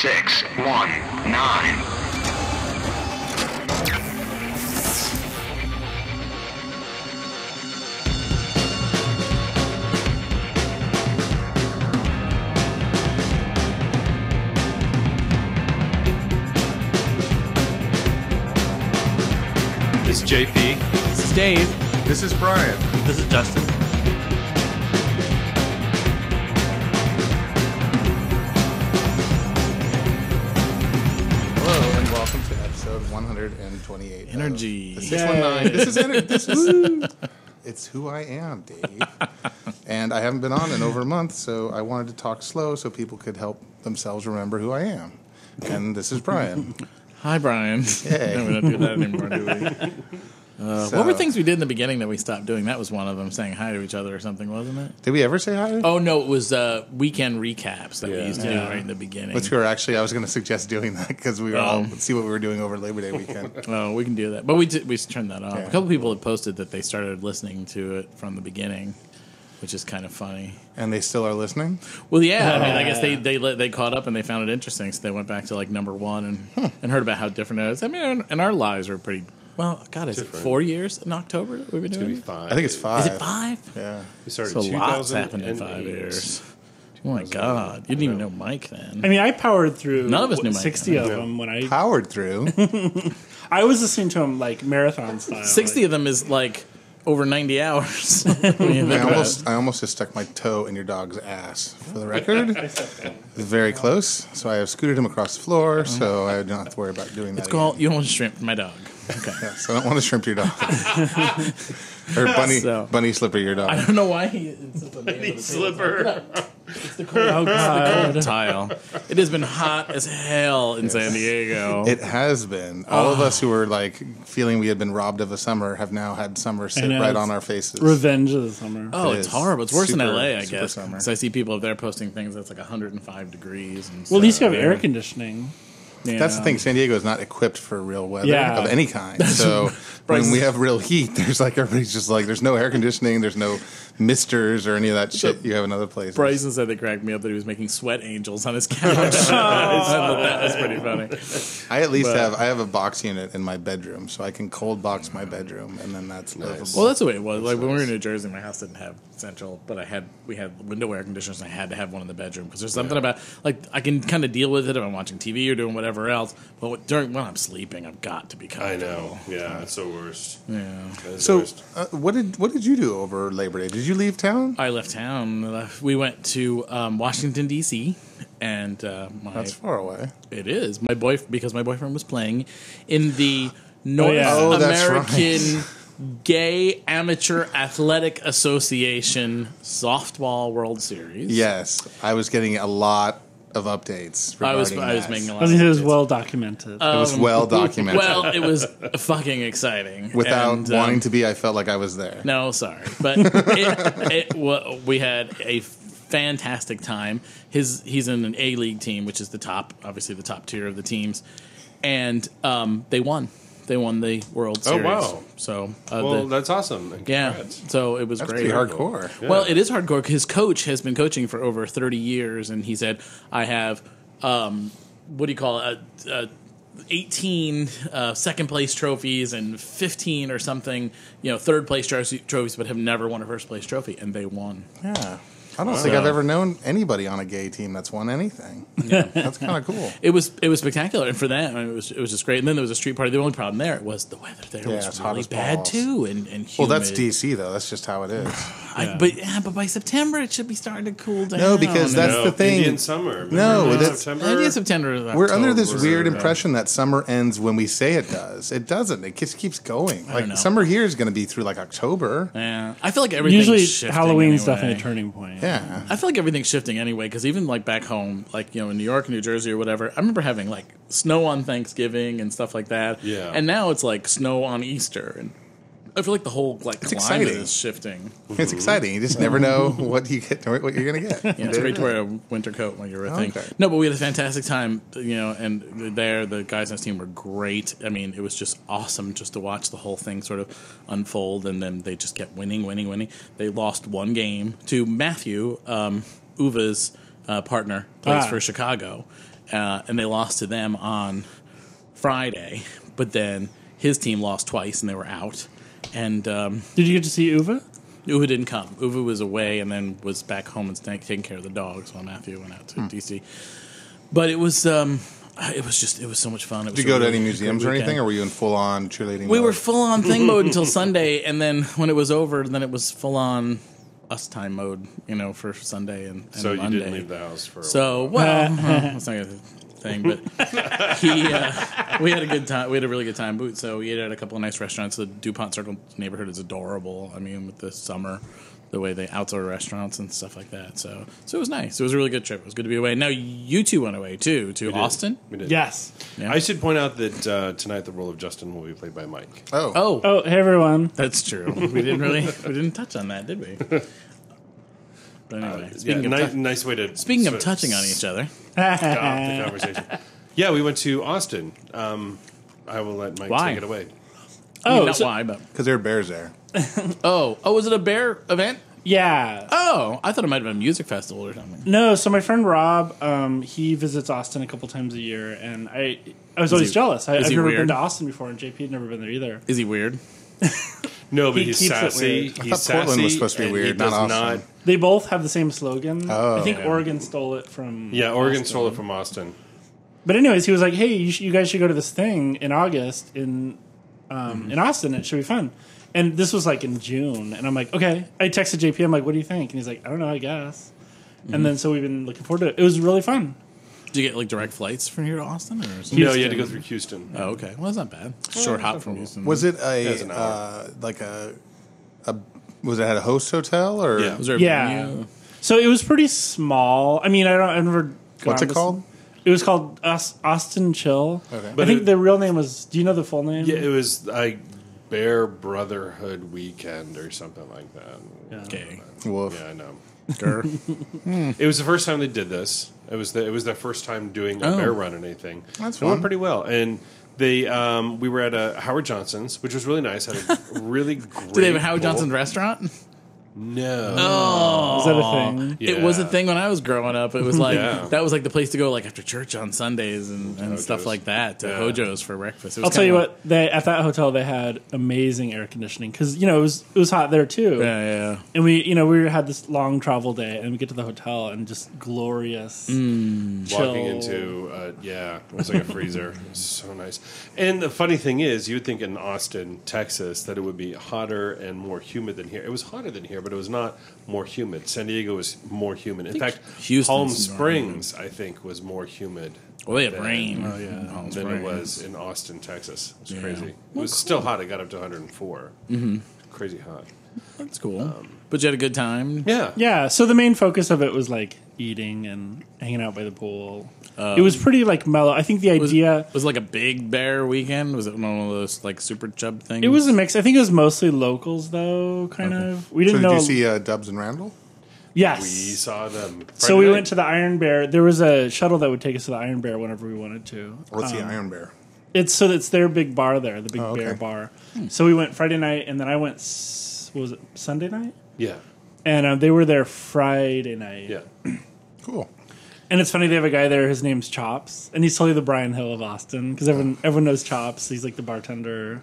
six one nine. This is JP. This is Dave. This is Brian. This is Justin. Hello and welcome to episode 128. of Energy. The 619. This is energy. This is It's who I am, Dave. and I haven't been on in over a month, so I wanted to talk slow so people could help themselves remember who I am. And this is Brian. Hi, Brian. Hey. No, we don't do that anymore, do we? Uh, So- What were things we did in the beginning that we stopped doing? That was one of them, saying hi to each other or something, wasn't it? Did we ever say hi? Oh no, it was uh, weekend recaps that we Yeah. used to Yeah. do right in the beginning. Which we were actually, I was going to suggest doing that because we were all Um. see what we were doing over Labor Day weekend. Oh, we can do that, but we did, we turned that off. Yeah. A couple people had posted that they started listening to it from the beginning, which is kind of funny. and they still are listening. Well, yeah, I mean, I guess they they li- they caught up and they found it interesting, so they went back to like number one and and heard about how different it is. I mean, and- and our lives are pretty. Well, God, is it Different. four years in October that we've been It's gonna doing? be it? five. I think it's five. Is it five? Yeah. We started So lots 2008. happened in five years. Oh my God, you didn't even know Mike then. I mean, I powered through None of us knew Mike. 60 of No. them when I Powered through. I was listening to them like marathon style. Sixty of them is like over ninety hours. I mean, I think about it. almost, I almost just stuck my toe in your dog's ass. For the record, very close. So I have scooted him across the floor, so I don't have to worry about doing that. Uh-huh. It's called you almost shrimped my dog. Okay. again. So I don't want to shrimp your dog or bunny So- bunny slipper your dog. I don't know why he insists on the name of the Slipper. Oh, God. Tile. It has been hot as hell in San Diego. It has been. All Ah. of us who were like feeling we had been robbed of a summer have now had summer sit know, right it's on our faces. Revenge of the Summer. Oh, It it's is horrible. It's worse in super- LA, I super guess. summer. Because I see people up there posting things that's like 105 degrees. And well, at least you have air conditioning. Oh, That's the thing. San Diego is not equipped for real weather Yeah. of any kind. So when we have real heat, there's like everybody's just like there's no air conditioning, there's no misters or any of that shit you have in other places. Bryson said they cracked me up that he was making sweat angels on his couch. I thought that was pretty funny. I at least But- have I have a box unit in my bedroom, so I can cold box my bedroom, and then that's livable. Well, that's the way it was. Like when we were in New Jersey, my house didn't have central, but I had we had window air conditioners. and I had to have one in the bedroom because there's something about like I can kind of deal with it if I'm watching TV or doing whatever else. But during when I'm sleeping, I've got to be I comfortable. know. Yeah, it's the worst. Yeah. That is the so, worst. uh, what did what did you do over Labor Day? Did you leave town? I left town. uh, We went to um, Washington D.C. and uh, my That's far away. it is my boy because my boyfriend was playing in the North yeah. Oh, that's American Gay Amateur Athletic Association softball World Series. Yes, I was getting a lot of updates. I was regarding I was that. making a lot. I Of think it was updates. well documented. Uh, It was well documented. well, it was fucking exciting. Without And, um, wanting to be, I felt like I was there. No, sorry, but it, it, wa- we had a fantastic time. His he's in an A League team, which is the top, obviously the top tier of the teams, and um, they won. They won the World Oh, Series. wow. So uh, well, the- that's awesome. and yeah, congrats. so it was That's great. pretty hardcore. Well, Yeah. it is hardcore. His coach has been coaching for over 30 years, and he said, I have, um, what do you call it, uh, uh, 18 uh, second place trophies and 15 or something, you know, third place tro- trophies, but have never won a first place trophy, and they won. Yeah. I don't think So- I've ever known anybody on a gay team that's won anything. That's kind of cool. It was it was spectacular, and for that, it was it was just great. And then there was a street party. The only problem there was the weather. There Yeah, was it's hot really as bad balls. too, and and humid. Well, that's DC though. That's just how it is. I- but yeah, but by September it should be starting to cool down. No, because that's No, the thing. Indian summer. No, Remember that's- September. I think September. is We're under this October, weird yeah. impression that summer ends when we say it does. It doesn't. It just keeps going. don't know. Like summer here is going to be through like October. Yeah, I feel like everything's Usually shifting Halloween's anyway. definitely a turning point. Yeah. I feel like everything's shifting anyway because even like back home, like you know in New York, New Jersey, or whatever. I remember having like snow on Thanksgiving and stuff like that. Yeah. and now it's like snow on Easter, and I feel like the whole like climate exciting. is shifting. It's exciting. You just never know what you get, what you're going to get. Yeah, it's great to wear a winter coat while you're a thing. Okay. No, but we had a fantastic time, you know, and there the guys on his team were great. I mean, it was just awesome just to watch the whole thing sort of unfold, and then they just kept winning, winning, winning. They lost one game to Matthew um, Uva's uh, partner, plays Ah. for Chicago, uh, and they lost to them on Friday. But then his team lost twice, and they were out. And um, Did you get to see Uva? Uva didn't come. Uva was away and then was back home and sta- taking care of the dogs while Matthew went out to Hmm. DC. But it was, um, it was just, it was so much fun. It was Did a you go to really any good museums or anything? weekend. Or were you in full on cheerleading? we mode? were full on thing mode until Sunday, and then when it was over, then it was full on us time mode. You know, for Sunday and, and So you Monday. didn't leave the house for a So well, that's not a thing, but he, uh, we had a good time. We had a really good time. Boot. So we ate at a couple of nice restaurants. The Dupont Circle neighborhood is adorable. I mean, with the summer, the way they outdoor restaurants and stuff like that. So so it was nice. It was a really good trip. It was good to be away. Now you two went away too to We did. Austin. We did. Yes. I should point out that uh, tonight the role of Justin will be played by Mike. Oh, Oh, Oh, hey everyone. that's true. We didn't really we didn't touch on that, did we? But anyway, Uh, Yeah, speaking of ni- tou- nice way to speaking sort of touching on each other, stop the conversation. yeah, we went to Austin. Um, I will let Mike Why? take it away. I mean, Oh, not so- why, but because there are bears there. oh oh, was it a bear event? yeah. Oh, I thought it might have been a music festival or something. No, so my friend Rob, um, he visits Austin a couple times a year, and I, I was always he- jealous. I, is I've he never weird? been to Austin before, and JP had never been there either. Is he weird? No, but He he's keeps it sassy. weird. He's thought sassy. Portland was supposed to be and weird, he does not not. Austin. They both have the same slogan. Oh. I think Yeah. Oregon stole it from. Yeah, Oregon Austin. stole it from Austin. But anyways, he was like, "Hey, you, sh- you guys should go to this thing in August in um, in Austin. It should be fun." And this was like in June, and I'm like, "Okay." I texted JP. I'm like, "What do you think?" And he's like, "I don't know. I guess." And then so we've been looking forward to it. It was really fun. Did you get like direct flights from here to Austin or something? No, you had to go through Houston. Oh, okay. Well, that's not bad. Short hop from Houston. Was it was a an hour. uh, like a a was it at a host hotel or Yeah. Was there a Yeah. venue? So it was pretty small. I mean, I don't. I've never. gone what's it to- called? It was called Aus- Austin Chill. Okay. I But think it- the real name was. Do you know the full name? Yeah, it was like Bear Brotherhood weekend or something like that. Okay. Woof. Yeah, I know. Grr. It was the first time they did this. It was the, it was their first time doing a Oh. bear run or anything. That's it went fun. pretty well. And they um, we were at a Howard Johnson's, which was really nice. Had a really great. Did they have a Howard bowl. Johnson restaurant? No. Is that a thing? It was a Yeah. thing when I was growing up. It was like Yeah. that was like the place to go, like after church on Sundays and, and stuff Hojo's. like that. To Yeah. Hojo's for breakfast. It was I'll tell kinda you like- what. They at that hotel they had amazing air conditioning because you know it was it was hot there too. Yeah, yeah, yeah. And we you know we had this long travel day and we get to the hotel and just glorious chill. walking into uh, yeah it was like a freezer It was so nice and the funny thing is you would think in austin texas that it would be hotter and more humid than here it was hotter than here but it was not more humid san diego was more humid in fact Houston's palm more springs i think was more humid Well, they had than- rain. Oh than it was in austin texas it was Yeah. crazy it was still hot it got up to 104 mm-hmm. crazy hot That's cool. but you had a good time. yeah Yeah. So the main focus of it was like eating and hanging out by the pool. it was pretty like mellow. I think the Was, idea. was it like a big bear weekend? Was it one of those like super chub things? it was a mix. I think it was mostly locals, though. Kind of. We So didn't did know. you see uh, Dubs and Randall? yes. we saw them So we went to the Iron Bear. There was a shuttle that would take us to the Iron Bear whenever we wanted to. What's the Iron Bear? It's so it's their big bar there, the big Oh, okay. bear bar. So we went Friday night, and then I went. s- What was it Sunday night? yeah And uh, they were there Friday night. yeah Cool. And it's funny they have a guy there. His name's Chops, and he's totally the Brian Hill of Austin because everyone everyone knows Chops. He's like the bartender.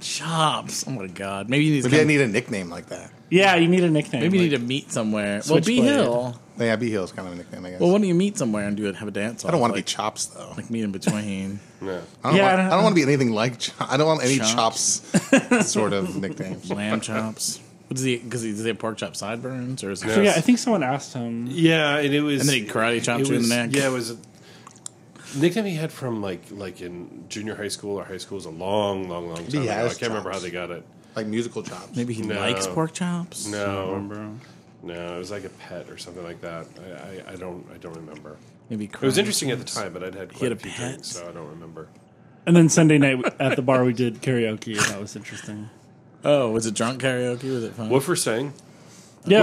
chops. Oh my god! Maybe you need to Maybe I come- need a nickname like that. Yeah, you need a nickname. Maybe you like- need to meet somewhere. Well, B Switchblade. Hill. Yeah, B Hill's kind of a nickname, I guess. Well, why don't you meet somewhere and do it? Have a dance. I don't want to like, be Chops though. like meet in between. yeah I don't, want, Yeah, I I don't- don't, want to be anything like. Cho- I don't want any Chops. chops, sort of nicknames. Lamb chops. What does he? Because he does he have pork chop sideburns or is it? So, yeah, Yes. I think someone asked him. Yeah, and it was And then he karate chops it you in was- the neck. Yeah, it was a nickname he had from like like in junior high school or high school was a long, long, long time he ago. I has can't remember how chops. they got it. Like musical chops. Maybe he No. likes pork chops. No, no, it was like a pet or something like that. I, I, I don't I don't remember. Maybe It was interesting at the time, but I'd had quite had a, a few pet? drinks, so I don't remember. And then Sunday night at the bar we did karaoke. and That was interesting. Oh, was it drunk karaoke? Was it fun? Woofer sang. Yeah,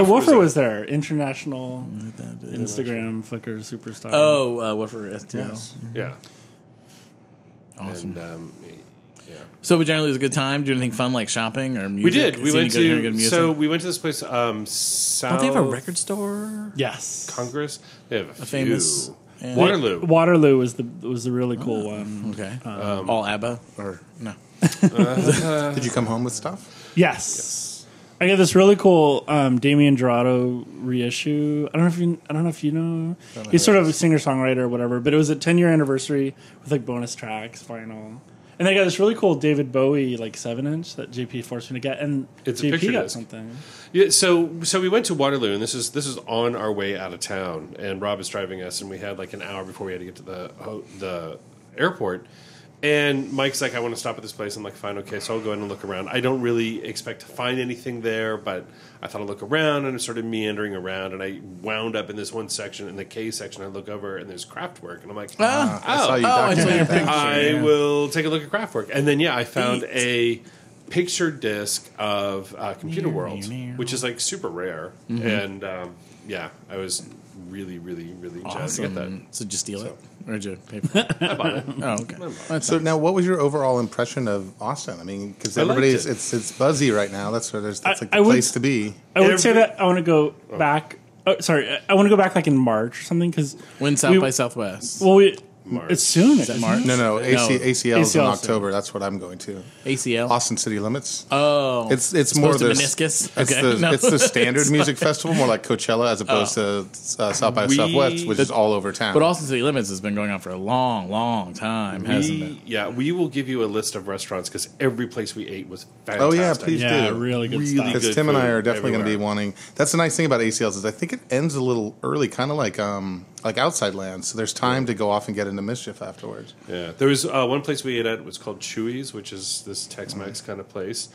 Woofer was Woofer there. was there. International Mm, Instagram Flickr superstar. Oh, uh, Woofer STL. Yeah, Awesome. and um, yeah. So, but generally, it was a good time. Do anything fun like shopping or music? We did. We See any went good- any good to music? so we went to this place. Um, South Don't they have a record store? yes. Congress. They have a, famous- few. And, Waterloo. Waterloo was the was the really cool Oh. one. Okay. Um, All ABBA. Or No. did you come home with stuff? Yes. I got this really cool um, Damien Dorado reissue. I don't know if you, I don't know if you know. He's sort of a singer songwriter or whatever, but it was a ten year anniversary with like bonus tracks, vinyl, and they got this really cool David Bowie like seven inch that JP forced me to get, and It's a JP picture got disc. something. Yeah, so so we went to Waterloo, and this is this is on our way out of town, and Rob is driving us, and we had like an hour before we had to get to the ho- the airport. And Mike's like, I want to stop at this place. I'm like, fine, okay. So I'll go in and look around. I don't really expect to find anything there, but I thought I'd look around and I started meandering around. And I wound up in this one section, in the K section. I look over and there's craft work. And I'm like, Ah, I saw you oh, I saw document your that. picture. I yeah. will take a look at Kraftwerk. And then, yeah, I found a picture disc of uh, Computer World, which is like super rare. Mm-hmm. And um, yeah, I was really, really, really jazzed to get Awesome. So just steal it, or did you pay for it? that. I bought it. oh, okay. That's So now, what was your overall impression of Austin? I mean, because I liked everybody is it. it's it's buzzy right now. That's where there's that's I- like the I would- place to be. I would say Every- that I want to go back. Oh, sorry, I- I want to go back like in March or something because when South we- by Southwest. well, we, March. it's soon. Is that March? No, no, AC, ACL is in ACL 's October. That's what I'm going to. ACL. Austin City Limits. Oh, It's it's more the opposed to meniscus? It's, Okay, the, no. Oh. it's the standard music festival, more like Coachella as opposed to uh, South by We- Southwest, which is all over town. but Austin City Limits has been going on for a long, long time, hasn't it? We, yeah, we will give you a list of restaurants because every place we ate was fantastic. oh yeah, please yeah, do. really good Really stuff. good. Because Tim and I food are definitely going to be everywhere. wanting. That's the nice thing about ACLs is I think it ends a little early, kind of like um like outside land. So there's time to go off and get into mischief afterwards. Yeah, there was uh, one place we ate at was called Chewy's, which is this Tex-Mex Mm-hmm. kind of place.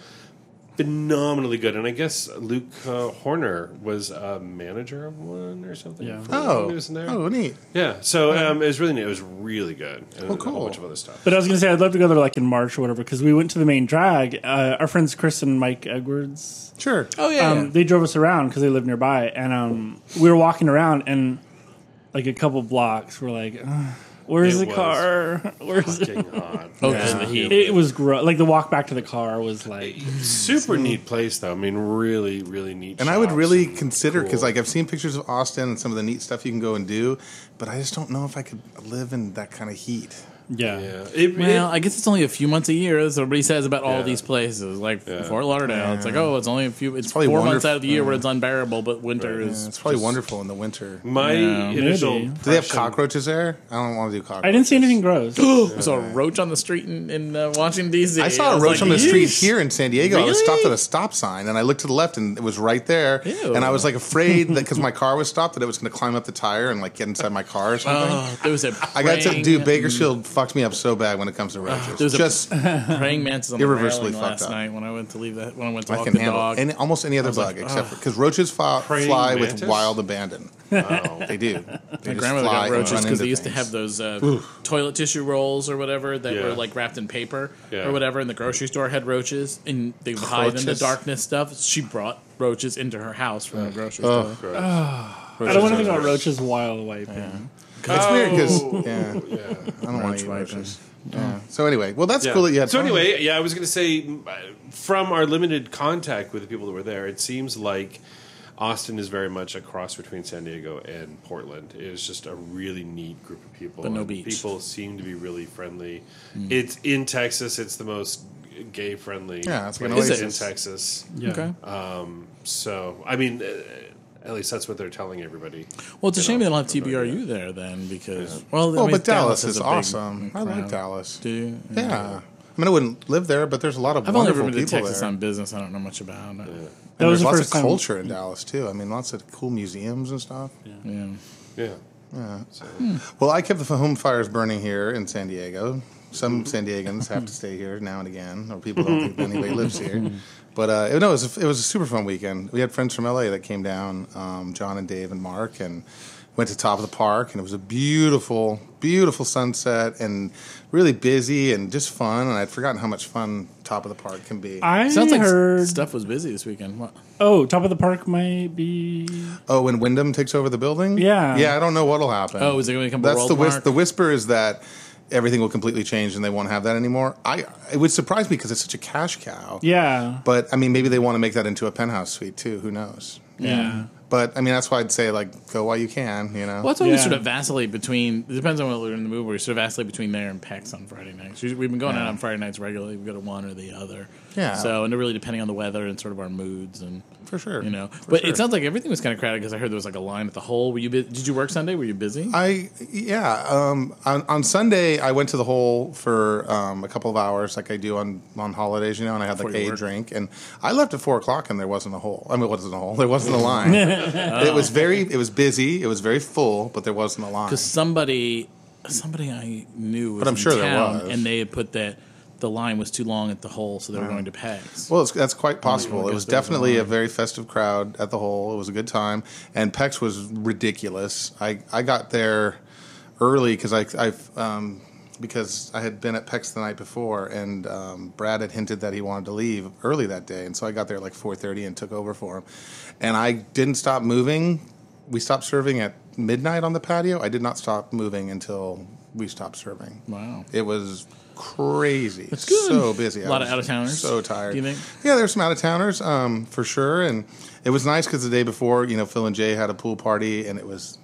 Phenomenally good, and I guess Luke uh, Horner was a manager of one or something. Yeah. for- Oh, he was in there. oh, neat. yeah. So um, it was really neat. It was really good. And Oh, A whole cool. bunch of other stuff. But I was gonna say I'd love to go there like in March or whatever because we went to the main drag. Uh, our friends Chris and Mike Edwards, Sure. Oh yeah. um, they drove us around because they live nearby, and um, we were walking around and like a couple blocks, we're like, "Ugh, "Where's It the was car? Where's it?" Fucking hot. oh, 'cause of the heat. Mm-hmm. It was gross. Like the walk back to the car was like, Super neat place, though. I mean, really, really neat. And I would shops really and consider because cool. like I've seen pictures of Austin and some of the neat stuff you can go and do, but I just don't know if I could live in that kind of heat. yeah. yeah, it, well, it- I guess it's only a few months a year. That's what everybody says about all Yeah. these places, like Fort Lauderdale. It's like, oh, it's only a few. It's, four probably months wonderful- out of the year where it's unbearable, but winter is. Yeah, it's probably wonderful in the winter. Do my Yeah. initial. Maybe. they have impression- cockroaches there? I don't want to do cockroaches. I didn't see anything gross. I saw a roach on the street in, in uh, Washington D.C. I saw a was roach like, on the street "Yeesh." here in San Diego. I was Really? stopped at a stop sign, and I looked to the left, and it was right there. Ew. And I was like afraid that because my car was stopped, that it was going to climb up the tire and like get inside my car or something. Oh, there was a I got to praying- do Bakersfield fucked me up so bad when it comes to roaches. there's a- Just praying mantis on Irreversibly the railing last fucked up. night when I went to leave that when I went to I walk can the handle dog. any, almost any other bug except because roaches fa- Praying fly mantis? with wild abandon. Oh, They do. They My just grandmother fly got and roaches run because into they used to things. have those uh, toilet tissue rolls or whatever that Yeah. were like wrapped in paper Yeah. or whatever. And the grocery store had roaches, and they would hide in the Roaches? darkness stuff. She brought roaches into her house from the grocery store. Gross. I don't want to think about roaches while wiping. It's Oh. weird because yeah, I don't want Roach to eat wiping. roaches. Yeah. So anyway, well that's Yeah. cool that you had. so fun. anyway, yeah, I was going to say m- from our limited contact with the people that were there, it seems like Austin is very much a cross between San Diego and Portland. It is just a really neat group of people. But no and beach. Hmm. People seem to be really friendly. It's in Texas. It's the most gay friendly. Yeah, it's like an in oasis. Texas. Yeah. Okay. Uh, So I mean, uh, at least that's what they're telling everybody. well, it's a you shame know, they don't have something like TBRU there then because well, I Well, mean, but Dallas, is a big awesome. I like crowd. Dallas. Do you? Yeah. I mean, I wouldn't live there, but there's a lot of I've only ever wonderful been to people Texas there. on business. I don't know much about. it. That And was there's the lots first of time- culture in Dallas too. I mean, lots of cool museums and stuff. Yeah. Yeah. Well, I kept the home fires burning here in San Diego. Mm-hmm. Some San Diegans have to stay here now and again, or people don't think anybody lives here. But uh, it- no, it was, a, it was a super fun weekend. We had friends from LA that came down, um, John and Dave and Mark, and went to top of the park, and it was a beautiful, beautiful sunset, and really busy and just fun. And I'd forgotten how much fun top of the park can be. I Sounds like s- heard. stuff was busy this weekend. What? Oh, top of the park might be. Oh, when Wyndham takes over the building? Yeah. Yeah, I don't know what'll happen. Oh, is it gonna become a That's the world park? the whisper is that everything will completely change and they won't have that anymore. I it would surprise me because it's such a cash cow. Yeah. But I mean, maybe they want to make that into a penthouse suite too. Who knows? Yeah. But I mean, that's why I'd say like go while you can. You know, Well, that's why we Yeah. sort of vacillate between. It depends on what we're in the mood. We sort of vacillate between there and PAX on Friday nights. Usually- We've been going out on Friday nights regularly. We go to one or the other. Yeah. So and really depending on the weather and sort of our moods and for sure. you know. but sure. it sounds like everything was kind of crowded because I heard there was like a line at the hole. Were you? Bu- did you work Sunday? Were you busy? I yeah. Um, on, on Sunday, I went to the hole for um, a couple of hours, like I do on, on holidays, you know. And I had like Before you a work. drink, and I left at four o'clock, and there wasn't a hole. I mean, it wasn't a hole. There wasn't a line. It Oh. was very. It was busy. It was very full, but there wasn't a line. Because somebody, somebody I knew, was But I'm in sure there town, was. and they had put that the line was too long at the hole, so they were going to PAX. Uh-huh. Well, it's, that's quite possible. I It was guess that was definitely a annoying. very festive crowd at the hole. It was a good time, and PEX was ridiculous. I, I got there early because I I um, because I had been at PEX the night before, and um, Brad had hinted that he wanted to leave early that day, and so I got there at like four thirty and took over for him, and I didn't stop moving. We stopped serving at midnight on the patio. I did not stop moving until we stopped serving. Wow. It was crazy. It's good. So busy. A lot of I was out-of-towners, So tired. do you think? Yeah, there's some out of towners um, for sure, and it was nice because the day before, you know, Phil and Jay had a pool party, and it was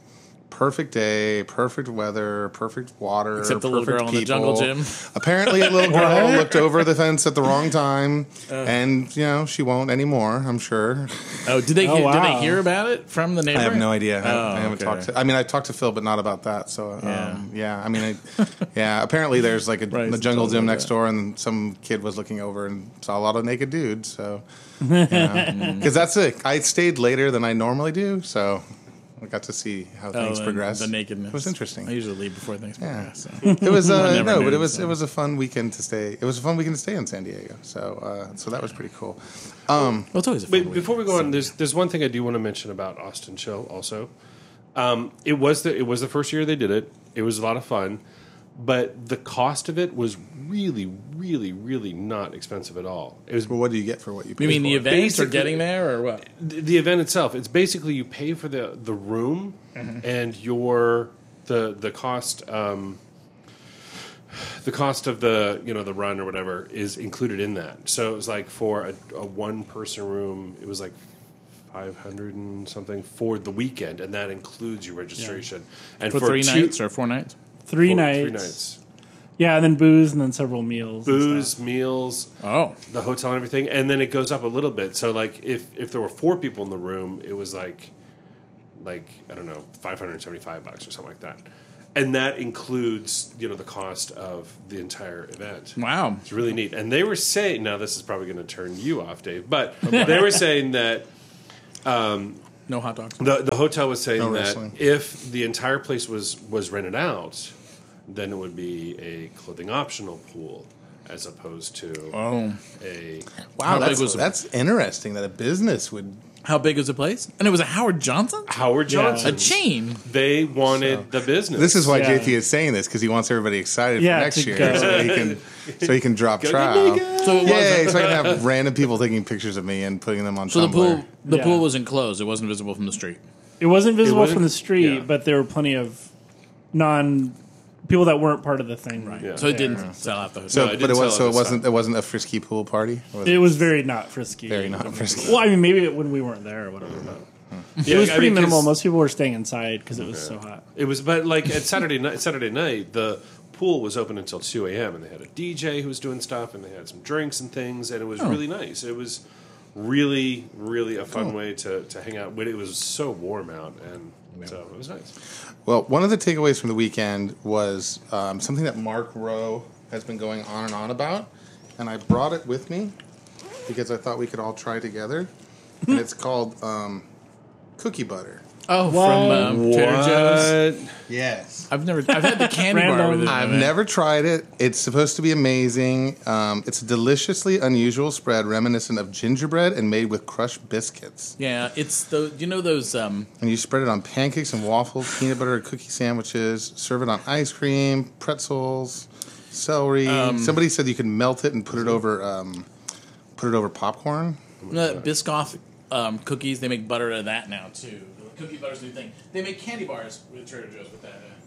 perfect day, perfect weather, perfect water. Except the little perfect girl in the jungle people. gym. Apparently, a little girl looked over the fence at the wrong time, and you know she won't anymore. I'm sure. Oh, did they? Oh, hear, Did they wow. hear about it from the neighbor? I have no idea. I, Oh, I haven't okay. talked. To, I mean, I talked to Phil, but not about that. So um, Yeah. yeah. I mean, I, yeah. Apparently, there's like a, Right, the it's jungle all gym about next that. door, and some kid was looking over and saw a lot of naked dudes. So because that's it. I stayed later than I normally do, so I got to see how Oh, things and progressed. The nakedness It was interesting. I usually leave before things Yeah. progress. so. It was I uh, never no, knew, but it was so. it was a fun weekend to stay. It was a fun weekend to stay in San Diego. So uh, so that was pretty cool. Um, Well, it's always a fun Wait, before we go on, there's there's one thing I do want to mention about Austin Show. Also, um, it was the it was the first year they did it. It was a lot of fun, but the cost of it was really, really, really not expensive at all. It was well, what do you get for what you? Pay You mean the for? events or Basically- getting there or what? the the event itself. It's basically you pay for the the room Mm-hmm. and your the the cost um, the cost of the you know the run or whatever is included in that. So it was like for a, a one person room, it was like. 500 and something for the weekend and that includes your registration and For, three two- nights or four nights? Three, for nights. three nights Yeah, and then booze, and then several meals. and stuff. booze meals Oh, the hotel and everything, and then it goes up a little bit. So like if if there were four people in the room, it was like like I don't know, five hundred and seventy five bucks or something like that. And that includes, you know, the cost of the entire event. wow. It's really neat. And they were saying now this is probably gonna turn you off, Dave, but they were saying that No hot dogs. the the hotel was saying No that wrestling. if the entire place was was rented out, then it would be a clothing optional pool as opposed to Oh. a Wow, big Ah, that's, was- that's interesting that a business would How big is the place? And it was a Howard Johnson? Howard Yeah. Johnson. A chain. They wanted the business. This is why Yeah. JP is saying this because he wants everybody excited Yeah, for next to year, go. so he can so he can drop Go trout. Jamaica! So it wasn't. Yay! So I can have random people taking pictures of me and putting them on So the Tumblr. pool the Yeah. pool was enclosed. It wasn't visible from the street. It wasn't visible wasn't- from the street, yeah. but there were plenty of non people that weren't part of the thing. Right. Yeah. So it didn't sell out the hotel. So, No, I but did it tell was so it it this wasn't it wasn't a frisky pool party. It was It was very not frisky. very not frisky. Well, I mean, maybe when we weren't there or whatever. But Yeah, it was I pretty mean, 'cause minimal. Most people were staying inside because it was so hot. It was, but like at Saturday night, Saturday night, the pool was open until two a.m. and they had a DJ who was doing stuff and they had some drinks and things and it Oh. was really nice. It was really, really a Oh. fun way to, to hang out. When it was so warm out and so it was nice. Well, one of the takeaways from the weekend was um, something that Mark Rowe has been going on and on about, and I brought it with me because I thought we could all try together. and it's called um, cookie butter. oh, from um, Trader Joe's. Yes. I've never. I've had the candy bar Random. with it. in I've it. never tried it. It's supposed to be amazing. Um, it's a deliciously unusual spread, reminiscent of gingerbread and made with crushed biscuits. Yeah, it's the. You know those. Um, And you spread it on pancakes and waffles, peanut butter, and cookie sandwiches. Serve it on ice cream, pretzels, celery. Somebody said you could melt it and put it over, um, put it over popcorn. uh, Biscoff um, cookies. They make butter out of that now too. The Cookie butter's new thing. They make candy bars with Trader Joe's with that. uh,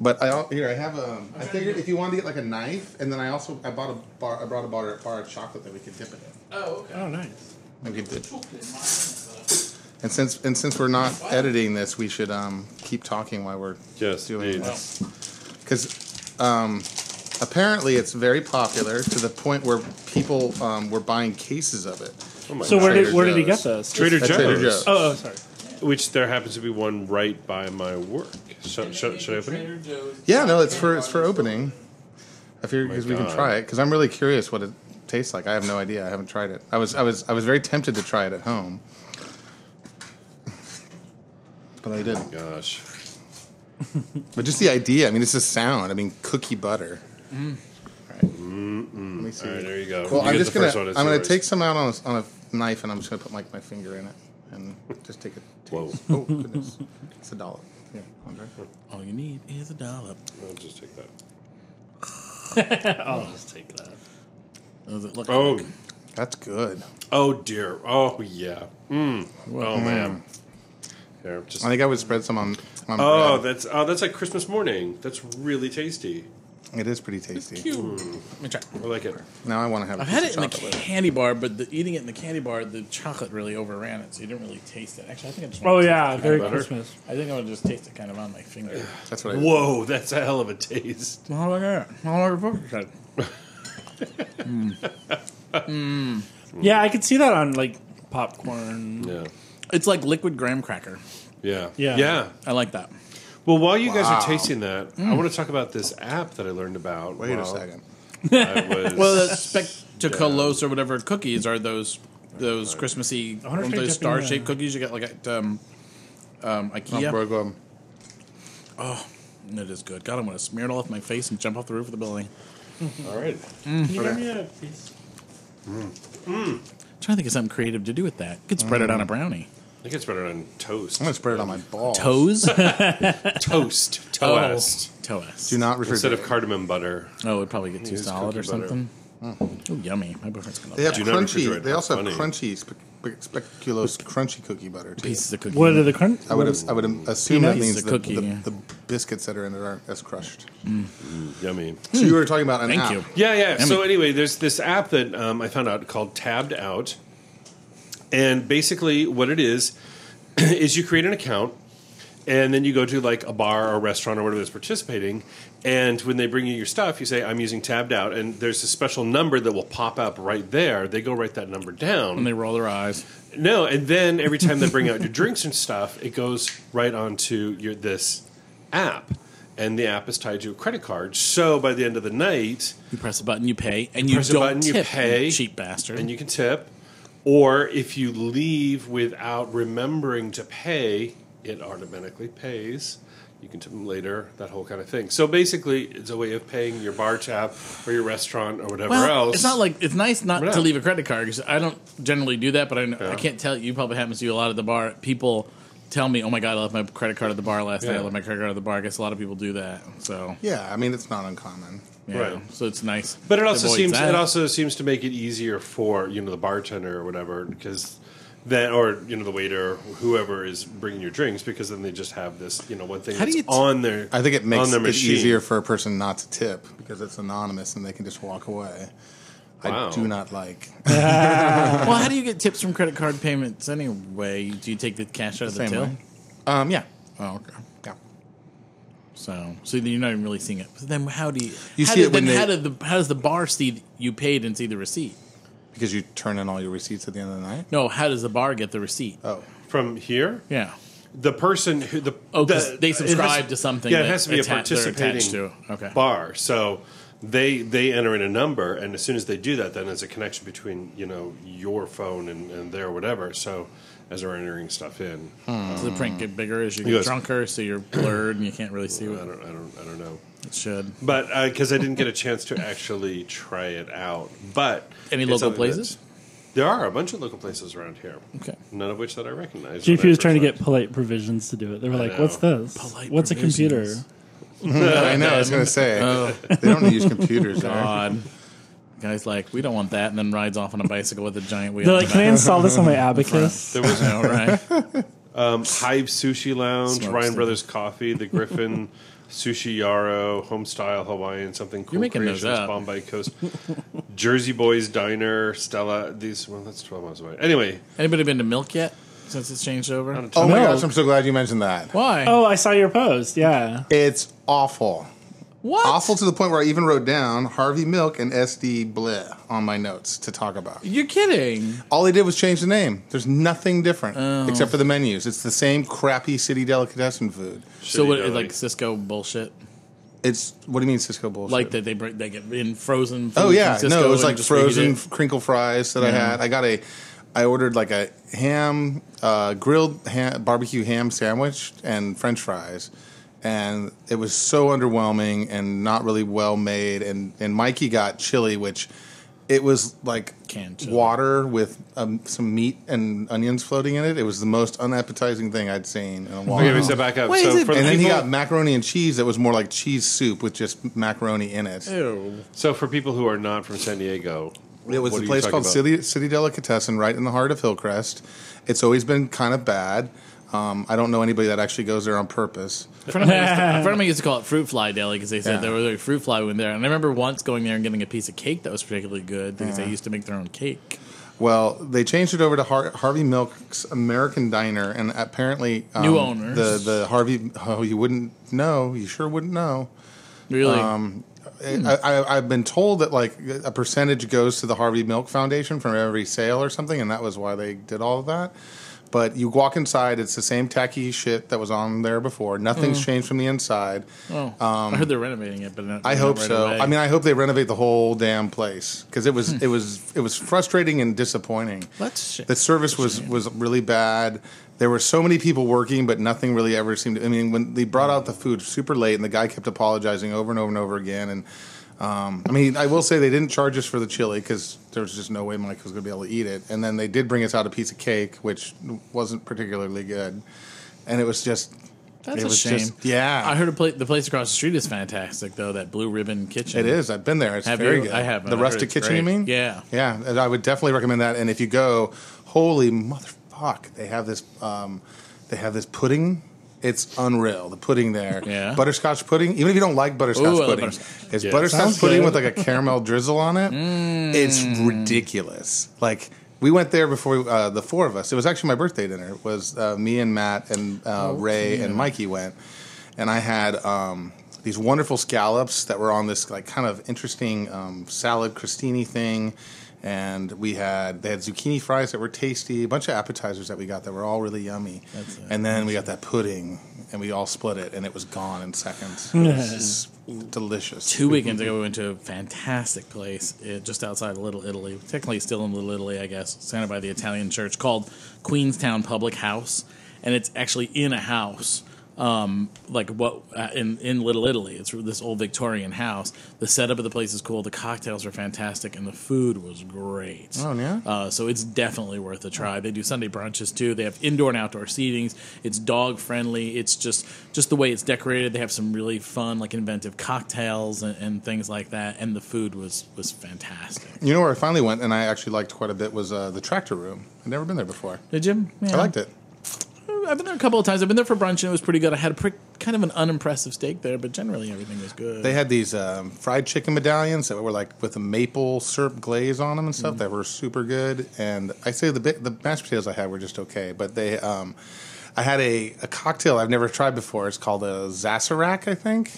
But I al- here I have a. I figured if you wanted to get like a knife, and then I also I bought a bar. I brought a bar, bar of chocolate that we could dip it in. Oh, okay. Oh, nice. And we could dip. And since and since we're not editing this, we should um, keep talking while we're Yes, doing indeed. this because um, apparently it's very popular to the point where people um, were buying cases of it. Oh my So where Trader did where did he Joe's. get this? Trader At Joe's, Trader Joe's. Oh, oh, sorry. which there happens to be one right by my work. Should, should, should I open it? Yeah, no, it's for it's for opening. I figured because we can God. try it because I'm really curious what it tastes like. I have no idea. I haven't tried it. I was I was I was very tempted to try it at home, but I didn't. Gosh, But just the idea. I mean, it's a sound. I mean, cookie butter. All right. Let me see. all right, there you go. Well, You I'm get just the gonna first one, it's I'm gonna yours. take some out on a, on a knife and I'm just gonna put like my finger in it and just take a. Whoa, Oh goodness, it's a dollop. Yeah, Andre. All you need is a dollop. I'll just take that. I'll just take that. Does it look Oh, like? That's good. oh dear. Oh yeah. Mm. Oh man. Here, just. I think I would spread some on. on Oh, bread. that's oh, that's like Christmas morning. That's really tasty. it is pretty tasty. cute. Let me try. I like it. Now I want to have. a I've had piece it of in the chocolate with candy bar, but the, eating it in the candy bar, the chocolate really overran it, so you didn't really taste it. Actually, I think I just. wanna Oh taste yeah, it. very butter? Christmas. I think I would just taste it kind of on my finger. it. That's what I. Whoa, that's a hell of a taste. Oh my god! Oh my god! Yeah, I could see that on like popcorn. Yeah. It's like liquid graham cracker. Yeah. Yeah. Yeah. I like that. Well, while you guys Wow. are tasting that, I want to talk about this app that I learned about. Wait a while second. I was, Well, the spectaculos or whatever cookies are those those Christmassy wonder if ones, they're those dipping star shaped the- cookies you get like at um, um, Oh, IKEA. broke 'em. And it is good. God, I'm gonna smear it all off my face and jump off the roof of the building. all right. Can you Okay. give me a piece? I'm trying to think of something creative to do with that. You could spread it on a brownie. I think it's better on toast. I'm gonna spread it on my balls. Toes. toast. Toast. Toast. Do not refrigerate. Instead of cardamom butter. Oh, it'd probably get too Use solid or cookie butter. Hmm. something. Oh, yummy! My boyfriend's gonna they love have that. Do not crunchy. refrigerate. They also have Funny. crunchy spe- speculoos crunchy cookie butter too. pieces of cookie. What are the crunch? I would have, I would assume that Peanuts. means It's a the, cookie, the, yeah. the biscuits that are in it aren't as crushed. Yummy. So you were talking about an Hmm. Thank app. you. Yeah, yeah. So Yummy. anyway, there's this app that um, I found out called Tabbed Out, and basically what it is is you create an account, and then you go to like a bar or restaurant or whatever that's participating, and when they bring you your stuff, you say I'm using Tabbed Out, and there's a special number that will pop up right there. They go write that number down. And they roll their eyes. no, and then every time they bring out your drinks and stuff, it goes right onto your this app. And the app is tied to a credit card. So by the end of the night, You press a button, you pay, and you Press a don't button, you tip, pay, cheap bastard. and you can tip. Or if you leave without remembering to pay, it automatically pays. You can tip them later, that whole kind of thing. So basically, it's a way of paying your bar tab or your restaurant or whatever well, else. it's not like it's nice not Yeah. to leave a credit card because I don't generally do that, but I, I can't tell you. Probably happens to you a lot at the bar. People tell me, "Oh my god, I left my credit card at the bar last night. I Yeah. left my credit card at the bar." I guess a lot of people do that. So Yeah, I mean it's not uncommon. yeah. Right. So it's nice, but it to also avoid seems that. it also seems to make it easier for you know the bartender or whatever because then or you know the waiter whoever is bringing your drinks because then they just have this you know one thing How do that's you t- on their I think it makes on their it machine. easier for a person not to tip because it's anonymous and they can just walk away. Wow. I do not like well, how do you get tips from credit card payments anyway? Do you take the cash out of the same till? way. Um, yeah, Oh, okay. yeah. So, so you're not even really seeing it. But then, how do you? You how see do- it when then they- how, did the, how does the bar see that you paid and see the receipt? Because you turn in all your receipts at the end of the night. No, how does the bar get the receipt? Uh. Oh, from here Yeah. the person who the Oh, 'cause the- they it has- subscribe to something. Yeah, it that has to be a atta- they're participating attached to. Okay. bar. So they they enter in a number, and as soon as they do that, then there's a connection between you know your phone and, and their whatever. So as they're entering stuff in, Does Hmm. the print get bigger as you He get goes- drunker, so you're blurred and you can't really see I what don't I don't I don't know, it should. but because I didn't get a chance to actually try it out. But Any it's local something that's- places? There are a bunch of local places around here. Okay. None of which that I recognize. when GP I was first trying to went. get polite provisions to do it. They were like, know. "What's this? Polite What's a provisions. computer?" I know. I was going to say they don't use computers. there. God. Guy's like, we don't want that, and then rides off on a bicycle with a giant wheel. They're on like, the "Can I back. install this on my abacus?" There was All right. Hive Sushi Lounge, Smokes Ryan them. Brothers Coffee, The Griffin, Sushi Yarrow, Homestyle Hawaiian, something cool. making those Creations, up. Bombay Coast, Jersey Boys Diner, Stella. These well, that's twelve miles away. Anyway, Anybody been to Milk yet? since it's changed over? Oh my No. gosh, I'm so glad you mentioned that. Why? Oh, I saw your post. Yeah. It's awful. what? Awful to the point where I even wrote down Harvey Milk and SD Bleh on my notes to talk about. You're kidding. All they did was change the name. There's nothing different Oh. except for the menus. It's the same crappy city delicatessen food. so what? deli. Like Cisco bullshit. It's what do you mean Cisco bullshit? Like that they bring they get in frozen. Oh food yeah, from Sysco no, it was and like just reheat frozen it. f- crinkle fries that I had. I got a, I ordered like a ham, uh, grilled ham, barbecue ham sandwich and French fries, and it was so underwhelming and not really well made. And and Mikey got chili, which it was like Canned chili. water with um, some meat and onions floating in it. It was the most unappetizing thing I'd seen in a while. Okay, we step back up. Wait, is so it- for the and then he people, got macaroni and cheese that was more like cheese soup with just macaroni in it. Ew. so for people who are not from San Diego, It was what are a you place talking called about? City, City Delicatessen, right in the heart of Hillcrest. It's always been kind of bad. Um, I don't know anybody that actually goes there on purpose. A friend of mine used to- a friend of mine used to call it fruit fly deli because they said Yeah. there was a fruit fly in there. And I remember once going there and getting a piece of cake that was particularly good because they used to make their own cake. Well, they changed it over to Har- Harvey Milk's American Diner, and apparently um, New owners. The the Harvey oh you wouldn't know you sure wouldn't know. Really? Um, Hmm. I, I, I've been told that like a percentage goes to the Harvey Milk Foundation from every sale or something, and that was why they did all of that. But you walk inside, it's the same tacky shit that was on there before. Nothing's changed from the inside. Hmm. oh, I heard they're renovating it, but not, um, I not hope right so. away. Hmm. I mean, I hope they renovate the whole damn place because it was it was it was frustrating and disappointing. That's sh- the service was was really bad. There were so many people working, but nothing really ever seemed. to I mean, when they brought out the food super late, and the guy kept apologizing over and over and over again, and. Um, I mean, I will say they didn't charge us for the chili because there was just no way Mike was going to be able to eat it. And then they did bring us out a piece of cake, which wasn't particularly good. And it was just, that's it a was shame. just- yeah. I heard a pla- the place across the street is fantastic though. That Blue Ribbon Kitchen. It is. I've been there. It's Hmm. Have very you? good. I haven't. The I've heard rustic it's kitchen, great. you mean? Yeah. Yeah. and I would definitely recommend that. And if you go, holy motherfuck, they have this. Um, they have this pudding. It's unreal. The pudding there. Yeah. Butterscotch pudding. Even if you don't like butterscotch Ooh, I love pudding, butterscotch. Mm. it's Yeah. butterscotch Sounds pudding good. with like a caramel drizzle on it. It's ridiculous. Like. We went there before uh, the four of us. It was actually my birthday dinner. It was uh, me and Matt and Oh, uh, Ray and Mikey went and I had um, these wonderful scallops that were on this like kind of interesting um, salad crostini thing, and we had they had zucchini fries that were tasty, a bunch of appetizers that we got that were all really yummy, and then we got that pudding and we all split it and it was gone in seconds. It was just delicious. Two weekends ago, we went to a fantastic place uh, just outside of Little Italy. Technically, still in Little Italy, I guess, surrounded by the Italian church called Queenstown Public House, and it's actually in a house, um, like what uh, in in Little Italy. It's this old Victorian house. The setup of the place is cool. The cocktails are fantastic, and the food was great. Oh, yeah? Uh, so it's definitely worth a try. They do Sunday brunches too. They have indoor and outdoor seatings. It's dog friendly. It's just just the way it's decorated. They have some really fun, like inventive cocktails and, and things like that. And the food was was fantastic. You know where I finally went and I actually liked quite a bit was uh, the tractor room. I'd never been there before. Did you? Yeah. I liked it. I've been there a couple of times. I've been there for brunch and it was pretty good. I had a pre- kind of an unimpressive steak there, but generally everything was good. They had these um, fried chicken medallions that were like with a maple syrup glaze on them and stuff that were super good. And I say the bit, the mashed potatoes I had were just okay, but they um, I had a, a cocktail I've never tried before. It's called a Zazarak, I think,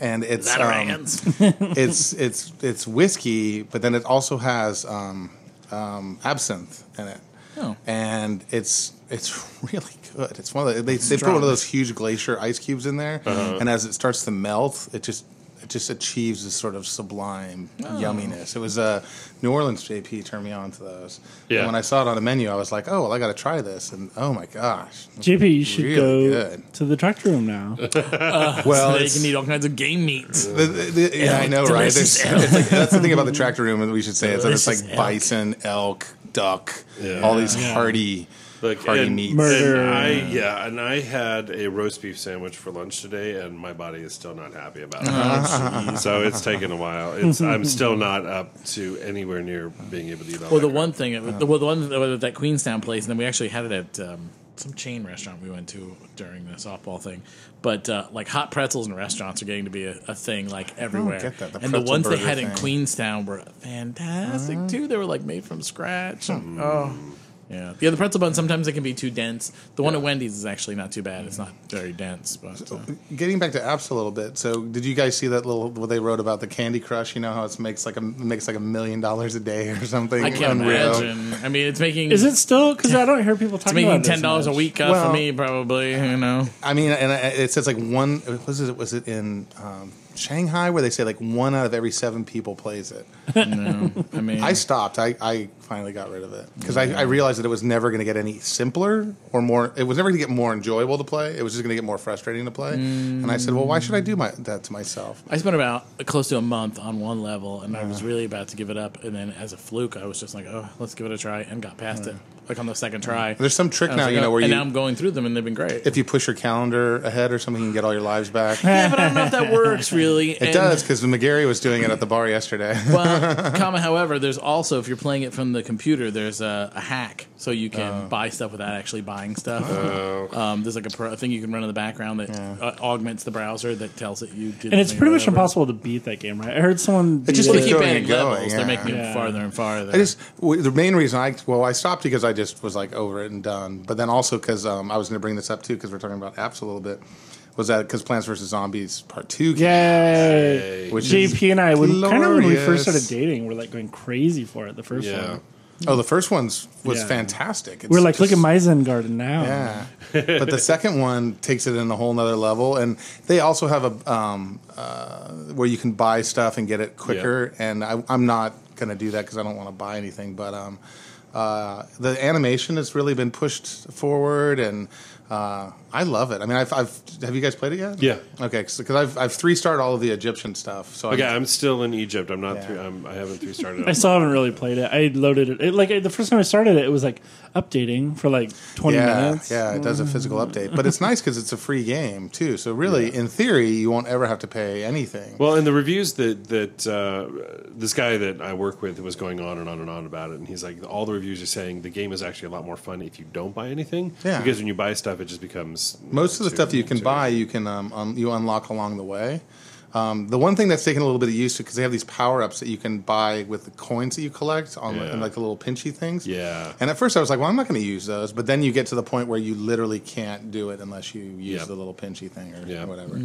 and it's um, Zatarans. it's it's it's whiskey, but then it also has um, um, absinthe in it. Oh. And it's it's really good. It's one of the, they, they put strong. one of those huge glacier ice cubes in there, and as it starts to melt, it just it just achieves this sort of sublime yumminess. It was uh, New Orleans JP turned me on to those. Yeah. And when I saw it on the menu, I was like, oh well, I got to try this, and oh my gosh, JP, you should Really go good. to the tractor room now. well, they it's- can eat all kinds of game meats. The, the, the, yeah, I know, right? delicious There's- It's like, that's the thing about the tractor room that we should say. It's that it's like Delicious elk. bison, elk, duck, Yeah. all these hardy, Like, hardy and- meats. Murder. And I, yeah, and I had a roast beef sandwich for lunch today, and my body is still not happy about it. Uh-huh. so it's taken a while. It's, I'm still not up to anywhere near being able to eat all Well, that the one thing, the, uh, well, the one that, that Queenstown place, and then we actually had it at um, some chain restaurant we went to during the softball thing. But uh, like hot pretzels in restaurants are getting to be a, a thing like everywhere. get that, the and the pretzel ones they burger had in thing. Mm-hmm. Hmm. Queenstown were fantastic too. They were like made from scratch. and- oh, Yeah, the other pretzel bun sometimes it can be too dense. The one at Wendy's is actually not too bad. It's not very dense, but uh, Getting back to apps Mm-hmm. a little bit. So, did you guys see that little what they wrote about the Candy Crush? You know how it makes like a makes like a million dollars a day or something. I can't Unreal. imagine. I mean, it's making Is it still? Because I don't hear people it's talking making about ten dollars a week uh, Well- for me probably. You know, I mean, and I- it says like one. Was it was it in um, Shanghai where they say like one out of every seven people plays it? I mean, I stopped. I, I finally got rid of it because I, I realized that it was never going to get any simpler or more. It was never going to get more enjoyable to play. It was just going to get more frustrating to play. And I said, well, why should I do my, that to myself? I spent about close to a month on one level, and I was really about to give it up. And then, as a fluke, I was just like, "Oh, let's give it a try," and got past it, like on the second try. There's some trick And I now, was you like, know, "Oh," where and you now I'm going through them, and they've been great. if you push your calendar ahead or something, you can get all your lives back. it yeah, but I don't know if that works really. It does because McGarry was doing it at the bar yesterday. Well, comma. However, there's also if you're playing it from the computer, there's a, a hack, so you can Oh. buy stuff without actually buying stuff. Oh. Um, there's like a, pro, a thing you can run in the background that uh, augments the browser that tells it you did. And it's pretty much impossible to beat that game, right? I heard someone. beat just it. They keeps keep going adding and going, levels. They're yeah. making Yeah. it farther and farther. I just w- the main reason I well I stopped because I just was like over it and done. But then also because um, I was going to bring this up too because we're talking about apps a little bit. Was that because Plants vs Zombies Part Two? came Yay! Which JP and I, when, kind of when we glorious. first started dating, we're like going crazy for it. The first Yeah. one, Oh, the first one's was Yeah. fantastic. It's we're like, just- look at my Zen garden now. Yeah, but the second one takes it in a whole nother level, and they also have a um, uh, where you can buy stuff and get it quicker. And I, I'm not going to do that because I don't want to buy anything. But um, uh, the animation has really been pushed forward, and uh, I love it. I mean, I've, I've have you guys played it yet? Yeah. Okay, because I've I've three starred all of the Egyptian stuff. So Okay, I'm, I'm still in Egypt. I'm not. Yeah. Three, I'm, I haven't three started. I still haven't really played it. I loaded it. it like the first time I started it, it was like updating for like twenty yeah, minutes. yeah, it does a physical Mm. update, but it's nice because it's a free game too. So really, in theory, you won't ever have to pay anything. Well, in the reviews that that uh, this guy that I work with was going on and on and on about it, and he's like, all the reviews are saying the game is actually a lot more fun if you don't buy anything. Yeah. Because when you buy stuff, it just becomes Most of the too- stuff you can too- buy, you can um, un- you unlock along the way. Um, the one thing that's taken a little bit of use to because they have these power ups that you can buy with the coins that you collect on Yeah. and like the little pinchy things. Yeah. And at first I was like, well, I'm not going to use those, but then you get to the point where you literally can't do it unless you use Yep. the little pinchy thing or Yep. Mm. whatever.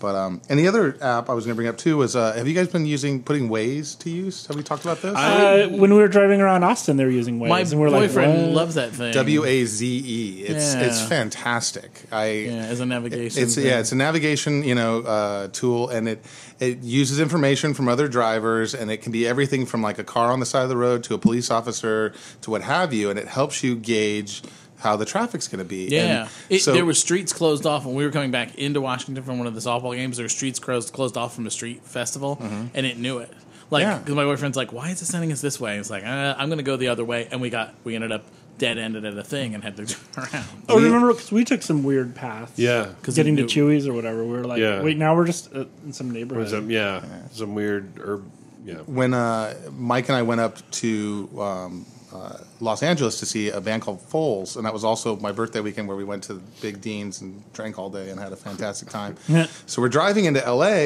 But um, and the other app I was going to bring up too was uh, have you guys been using putting Waze to use? Have we talked about this? Uh, when we were driving around Austin, they were using Waze, my and we're like, boyfriend what? loves that thing. W A Z E. It's Yeah. it's fantastic. I yeah, as a navigation. It's thing. yeah, it's a navigation you know uh, tool, and it it uses information from other drivers, and it can be everything from like a car on the side of the road to a police officer to what have you, and it helps you gauge how the traffic's going to be. Yeah, And it, so there were streets closed off when we were coming back into Washington from one of the softball games. There were streets closed closed off from the street festival, and it knew it. Like, Mm-hmm. Yeah. 'cause my boyfriend's like, "Why is it sending us this way?" And it's like, uh, "I'm going to go the other way," and we got we ended up dead ended at a thing and had to turn around. Oh, remember? Because we took some weird paths. Yeah. Getting to it- Chewy's or whatever, we were like, Yeah. wait, now we're just uh, in some neighborhood. Some, yeah, Some weird herb. Yeah. when uh, Mike and I went up to um, uh, Los Angeles to see a band called Foals, and that was also my birthday weekend where we went to Big Dean's and drank all day and had a fantastic time. so we're driving into LA,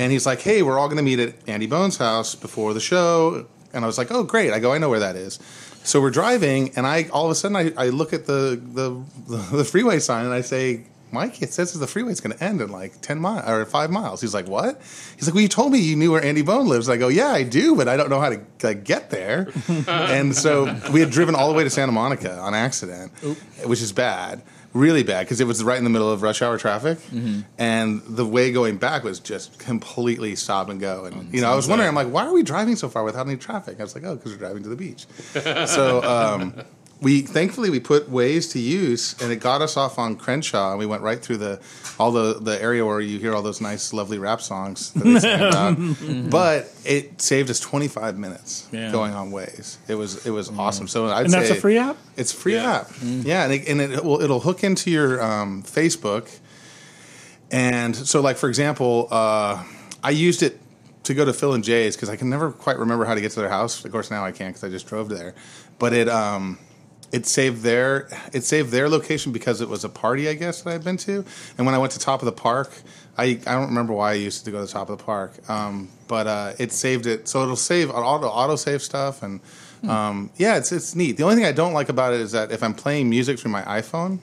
and he's like, "Hey, we're all going to meet at Andy Bone's house before the show," and I was like, "Oh, great!" I go, "I know where that is." So we're driving, and I all of a sudden I, I look at the, the the freeway sign and I say, Mike, it says that the freeway's going to end in like 10 miles or five miles. He's like, what? He's like, well, you told me you knew where Andy Bone lives. I go, yeah, I do, but I don't know how to like, get there. and so we had driven all the way to Santa Monica on accident, which is bad, really bad, because it was right in the middle of rush hour traffic. And the way going back was just completely stop and go. And, you know, I was wondering, I'm like, why are we driving so far without any traffic? I was like, oh, because we're driving to the beach. so, um, we thankfully we put ways to use and it got us off on Crenshaw and we went right through the all the, the area where you hear all those nice lovely rap songs that they sing about. but it saved us 25 minutes Yeah. going on ways it was it was awesome so I'd and that's say a free app. Mm. it's a free Yeah. app yeah and it, and it will it'll hook into your um, Facebook and so, like for example, uh, I used it to go to Phil and Jay's because I can never quite remember how to get to their house. Of course, now I can because I just drove there. But it um, it saved their it saved their location because it was a party, I guess, that I'd been to. And when I went to Top of the Park, I I don't remember why I used it to go to Top of the Park. Um, but uh, it saved it, so it'll save auto auto save stuff and. Hmm. Um, yeah, it's it's neat. The only thing I don't like about it is that if I'm playing music through my iPhone,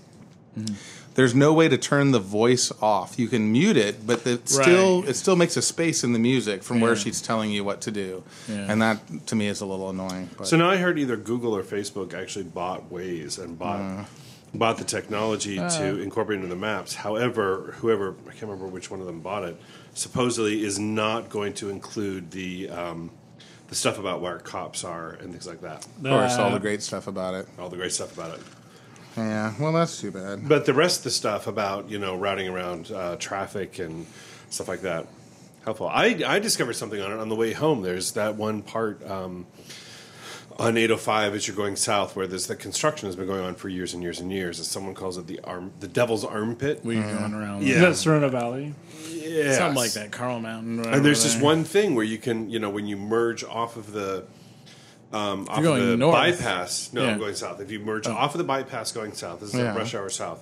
Mm-hmm. there's no way to turn the voice off. You can mute it, but it still Right. it still makes a space in the music from where Yeah. she's telling you what to do, Yeah. and that to me is a little annoying. But. So now I heard either Google or Facebook actually bought Waze and bought bought the technology to incorporate into the maps. However, whoever I can't remember which one of them bought it supposedly is not going to include the um, the stuff about where cops are and things like that. of course, all Uh, the great stuff about it. All the great stuff about it. Yeah, well, that's too bad. But the rest of the stuff about you know routing around uh, traffic and stuff like that helpful. I I discovered something on it on the way home. There's that one part um, on 805 as you're going south where there's the construction has been going on for years and years and years. And someone calls it the arm the devil's armpit. We're going Mm-hmm. around. Yeah. Is that Sereno Valley? Yes. Something like that, Carl Mountain. And there's this just one thing where you can you know when you merge off of the um, off going of the north. bypass. No, Yeah. Oh. going south. If you merge off of the bypass going south, this is Yeah. like rush hour south.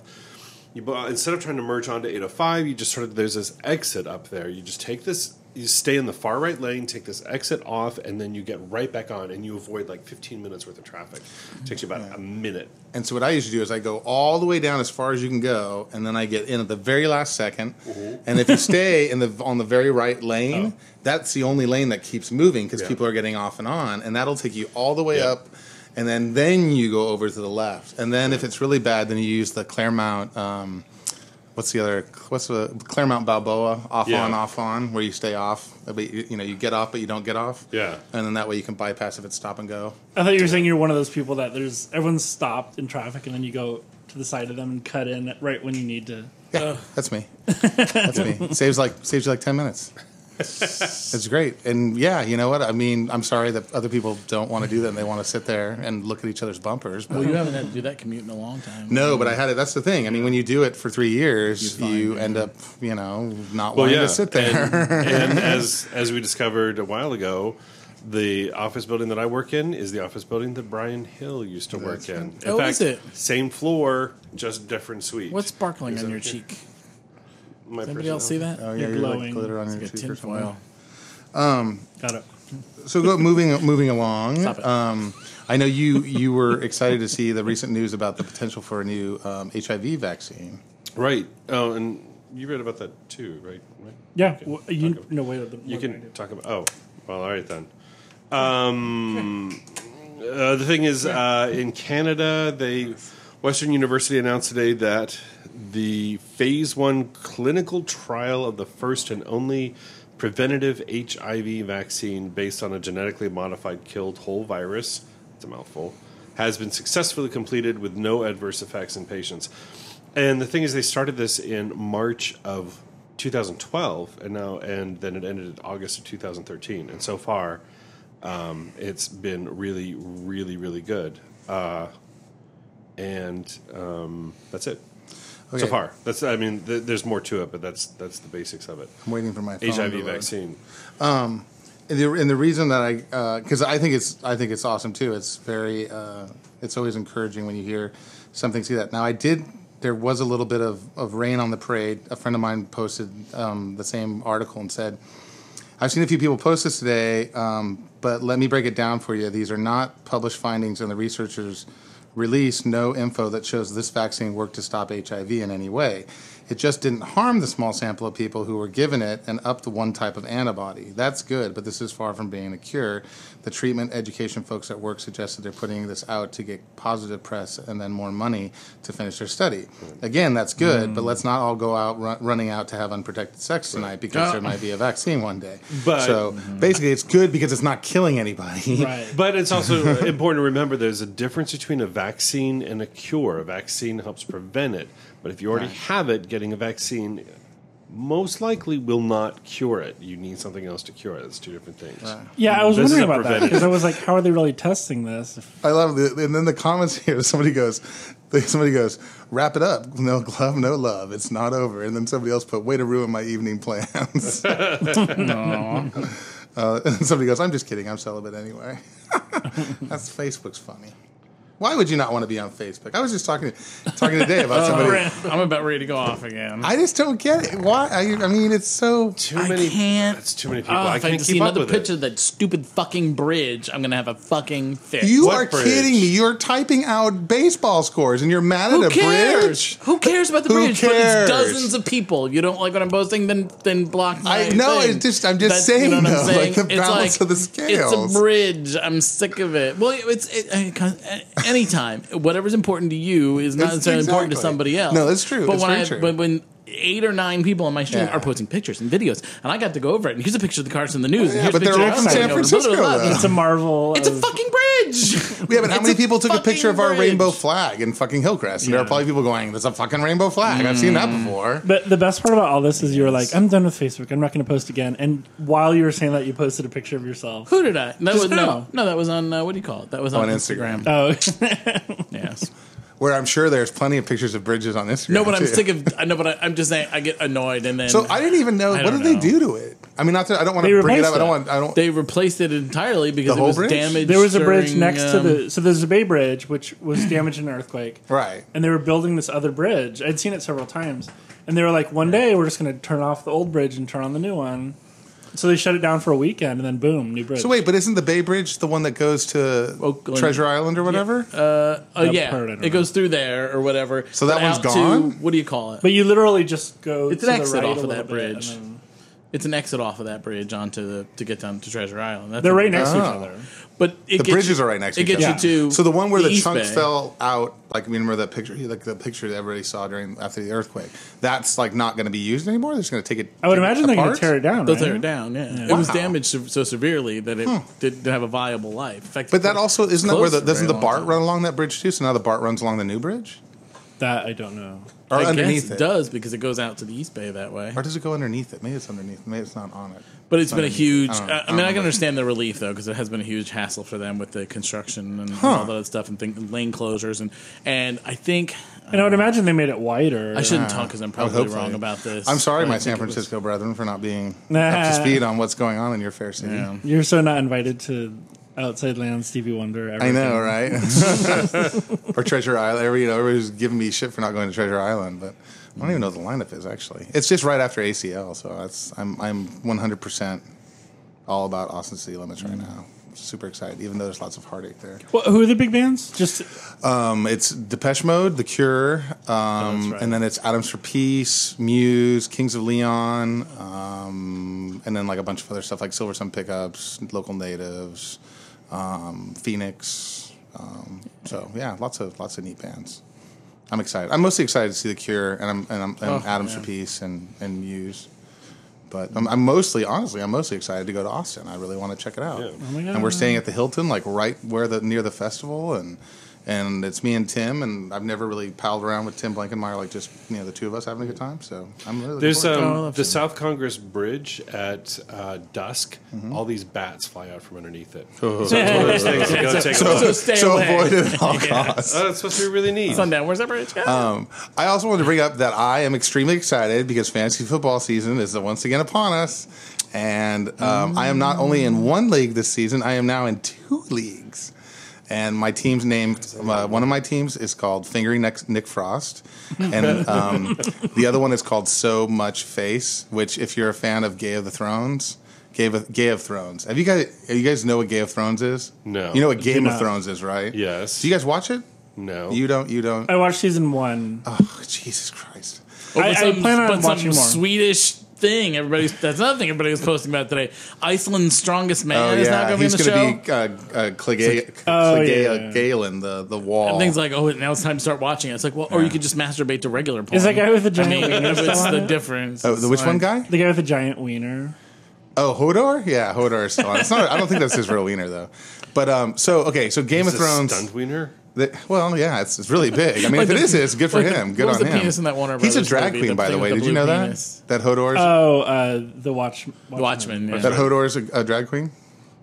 You bu- instead of trying to merge onto 805, you just sort of there's this exit up there. You just take this, you stay in the far right lane, take this exit off, and then you get right back on, and you avoid like 15 minutes worth of traffic. takes you about a minute. And so what I usually do is I go all the way down as far as you can go, and then I get in at the very last 2nd Mm-hmm. And if you stay in the on the very right lane, that's the only lane that keeps moving because Oh. Yeah. people are getting off and on, and that'll take you all the way Yeah. up. And then then you go over to the left, and then if it's really bad, then you use the Claremont. Um, what's the other? What's the Claremont Balboa off Yeah. on off on where you stay off, but you, you know you get off but you don't get off. Yeah. and then that way you can bypass if it's stop and go. I thought you were saying you're one of those people that there's everyone's stopped in traffic and then you go to the side of them and cut in right when you need to. Uh. That's me. That's me. Saves like saves you like ten minutes. It's great, and yeah, you know what? I mean, I'm sorry that other people don't want to do that and they want to sit there and look at each other's bumpers. But Well, you haven't had to do that commute in a long time. no, but I had it. That's the thing. I mean, when you do it for three years, You're fine, you yeah. end up, you know, not Well, wanting yeah, to sit there. and as as we discovered a while ago, the office building that I work in is the office building that Brian Hill used to work in. in Oh, is it? Same floor, just different suite. What's sparkling Is on that your okay? cheek? My Anybody else see personality. that? oh You're you're like glowing. glitter on It's your like a cheek or something. tinfoil. Got it. So go moving moving along. Stop it. Um, I know you you were excited to see the recent news about the potential for a new um, HIV vaccine. Right. Oh, and you read about that too, right? Right. Yeah. Okay. Well, you Talk ab- no wait. the- you can talk about. Oh, well, all right then. Um, uh, the thing is, uh, in Canada, they Western University announced today that the phase one clinical trial of the first and only preventative HIV vaccine based on a genetically modified killed whole virus. It's a mouthful. Has been successfully completed with no adverse effects in patients. And the thing is, they started this in March of 2012, and now and then it ended in August of 2013. And so far, um, it's been really, really, really good. Uh, and um, that's it so Okay. far. That's I mean, th- there's more to it, but that's that's the basics of it. I'm waiting for my phone to HIV load. vaccine. And the, and the reason that I, because I think it's, I think it's awesome too. It's very, uh, it's always encouraging when you hear something see that. Now I did, there was a little bit of, of rain on the parade. A friend of mine posted um, the same article and said, I've seen a few people post this today, um, but let me break it down for you. These are not published findings, and the researchers released no info that shows this vaccine worked to stop HIV in any way. It just didn't harm the small sample of people who were given it and upped one type of antibody. That's good, but this is far from being a cure. The treatment education folks at work suggested they're putting this out to get positive press and then more money to finish their study. Again, that's good, but let's not all go out run, running out to have unprotected sex tonight because Uh, there might be a vaccine one day. But- so basically, it's good because it's not killing anybody. Right. But it's also important to remember there's a difference between a vaccine and a cure. A vaccine helps prevent it, but if you already have it, getting a vaccine most likely will not cure it. You need something else to cure it. That's two different things. Yeah, I was This is wondering a about that because I was like, how are they really testing this? I love it. And then the comments here, somebody goes, somebody goes, wrap it up. No glove, no love. It's not over. And then somebody else put, way to ruin my evening plans. uh, and somebody goes, I'm just kidding. I'm celibate anyway. That's Facebook's funny. Why would you not want to be on Facebook? I was just talking to, talking today Oh, about somebody. I'm about ready to go off again. I just don't get it. Why? I, I mean, it's so. Too I many. can't- It's too many people. Oh, I if I can't can see keep up another with picture it. of that stupid fucking bridge, I'm gonna have a fucking fit. You What are bridge? kidding me. You're typing out baseball scores and you're mad at Who a cares? bridge. Who cares about the Who bridge? But it's cares? dozens of people. You don't like what I'm posting, then then block my I know, thing. it's just- I'm just you know saying, what I'm though, like, the balance of the It's scales. a bridge. I'm sick of it. Well, it's it, it, comes- a- anytime whatever's important to you is not It's- necessarily important to exactly. somebody else. No, that's true. But It's when very I true. but when eight or nine people on my stream Yeah. are posting pictures and videos, and I got to go over it. And here's a picture of the cars in the news. and yeah, here's but a picture they're of all us from hanging San over the Francisco, blah, blah, blah. though. It's a marvel. It's a of- fucking bridge. Yeah, but how It's many people took a fucking picture of our bridge. rainbow flag in fucking Hillcrest? And there are probably people going, that's a fucking rainbow flag. I've seen that Mm. before. But the best part about all this is you were like, I'm done with Facebook. I'm not going to post again. And while you were saying that, you posted a picture of yourself. Who did I? That was, no, now. no, that was on uh, what do you call it? That was on, On Instagram. Instagram. Oh, Yes. Where I'm sure there's plenty of pictures of bridges on Instagram. No, but I'm too. sick of. I know, but I, I'm just saying. I get annoyed, and then So I didn't even know. I What don't did they know. do to it? I mean, not that I don't want They to bring it up. replaced I don't it. want. I don't. they replaced it entirely because The it whole was bridge? damaged. there was a bridge during, next to um, the. So there's a Bay Bridge, which was damaged in an earthquake. right. And they were building this other bridge. I'd seen it several times. And they were like, one day we're just going to turn off the old bridge and turn on the new one. So they shut it down for a weekend and then boom, new bridge. So wait, but isn't the Bay Bridge the one that goes to Oakland. Treasure Island or whatever? Oh That yeah, part I don't it goes through there or whatever. So that But one's out to- gone? what do you call it? But you literally just go It's to an the exit right off a of little that bit, and bridge. then- it's an exit off of that bridge onto the to get down to Treasure Island. That's they're what right it next to each Oh. other. But it the gets bridges you- are right next to It each gets other. you to so the one where the, East chunks Bay. fell out, like I mean, remember that picture, like the picture that everybody saw during after the earthquake. That's like not going to be used anymore. They're just going to take it. I would take imagine they're going apart? to tear it down. They'll right? tear it down. Yeah, it was Wow. Hmm. damaged so- so severely that it didn't have a viable life. In fact, But it that also isn't that where the closed for a doesn't the long BART time. run along that bridge too? So now the BART runs along the new bridge That I don't know. or I underneath guess it, it. does because it goes out to the East Bay that way. Or does it go underneath it? Maybe it's underneath. Maybe it's not on it. But it's been a underneath huge. I I, don't- uh, I I don't mean, I can remember. understand the relief though because it has been a huge hassle for them with the construction and all that stuff and thing, lane closures and and I think And I would imagine they made it wider. I shouldn't talk because I'm I would probably hope so. wrong about this. I'm sorry, but I my San think it was- Francisco brethren, for not being Nah. up to speed on what's going on in your fair city. Yeah. You're so not invited to Outside Land, Stevie Wonder. I Everything. know, right? or Treasure Island. Every, you know, everybody's giving me shit for not going to Treasure Island, but I don't even know what the lineup is actually. It's just right after ACL, so that's I'm I'm 100 percent all about Austin City Limits right Mm. now. Super excited, even though there's lots of heartache there. What, who are the big bands? Just Um, it's Depeche Mode, The Cure, um, right. and then it's Adams for Peace, Muse, Kings of Leon, um, and then like a bunch of other stuff like Silver Sun Pickups, Local Natives, um, Phoenix. Um, so yeah, lots of lots of neat bands. I'm excited. I'm mostly excited to see The Cure and I'm and, I'm, and Adams for Peace and and Muse. But I'm, I'm mostly, honestly, I'm mostly excited to go to Austin. I really want to check it out. my God. and we're staying at the Hilton, like right where the near the festival, and and it's me and Tim, and I've never really palled around with Tim Blankenmeyer, like just you know the two of us having a good time. So I'm really looking There's forward to it. um, the South Congress Bridge at uh, dusk. Mm-hmm. All these bats fly out from underneath it. Oh. So it's one of those things. You gotta take a So look. stay so away. avoid it at all costs. Oh, that's supposed to be really neat. Sundown. Where's that bridge? Um, I also wanted to bring up that I am extremely excited because fantasy football season is once again upon us, and um, I am not only in one league this season, I am now in two leagues. And my team's name, uh, one of my teams is called Fingering Nick, Nick Frost, and um, the other one is called So Much Face. Which, if you're a fan of Gay of the Thrones, Gay of, Gay of Thrones, have you guys? You guys know what Gay of Thrones is? No. You know what I Game of not. Thrones is, right? Yes. Do you guys watch it? no. You don't. You don't. I watched season one. Oh, Jesus Christ. I- I plan on but watching some more. Swedish thing. Everybody's that's another thing everybody was posting about today. Iceland's strongest man Oh, is not going to yeah. be in He's the show. going to be uh, uh, Clegane, Oh, Clegane- yeah, yeah. Galen, the, the wall. And things like, oh, now it's time to start watching it. It's like, well, or you could just masturbate to regular porn. that guy with the giant I mean, wiener still what's on the it? difference? oh, the, It's which one like- guy? The guy with the giant wiener. Oh, Hodor? Yeah, Hodor is still on. It's not, I don't think that's his real wiener, though. But um, so, okay, so Game Is of this Thrones. stunt wiener. the- well, yeah, it's, it's really big. I mean, if it the- is, it's good for like the- him. what Good was on the him. penis in that Warner He's a Brothers drag movie, the queen, by the thing with way. the Did you blue know penis? that? That Hodor's Oh, uh, the Watch. Watchmen. Watchmen. Yeah. that Hodor's a, a drag queen?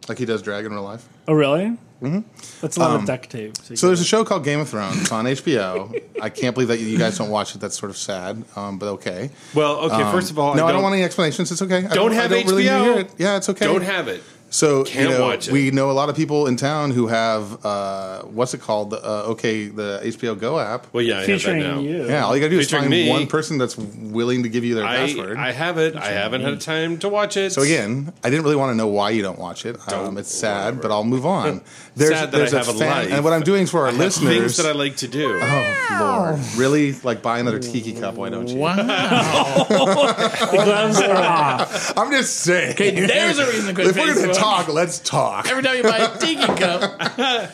Like he does drag in real life? Oh, really? Mm-hmm. That's a lot of duct tape. Um, So there's a show called Game of Thrones. It's on HBO. I can't believe that you guys don't watch it. That's sort of sad, um, but okay. Um, Well, okay. first of all, no, I don't, want any explanations. It's okay. I Don't have I don't Really HBO. need to hear it. Yeah, it's okay. Don't have it. So Can't you know, watch it. we know a lot of people in town who have uh, what's it called? Uh, okay, the HBO Go app. Well, yeah, I Featuring have that now. you. Yeah, all you gotta do is Featuring find me. one person that's willing to give you their password. I, I have it. I haven't had time to watch it. so again, I didn't really want to know why you don't watch it. um, it's sad, but I'll move on. Sad that I have a life. and what I'm doing for our things listeners. that I like to do. oh, Lord, really? Like buy another tiki cup? Why don't you? Wow. The gloves are off. I'm just saying. Okay, there's a reason to quit if we're gonna Facebook. talk, let's talk. Every time you buy a tiki cup,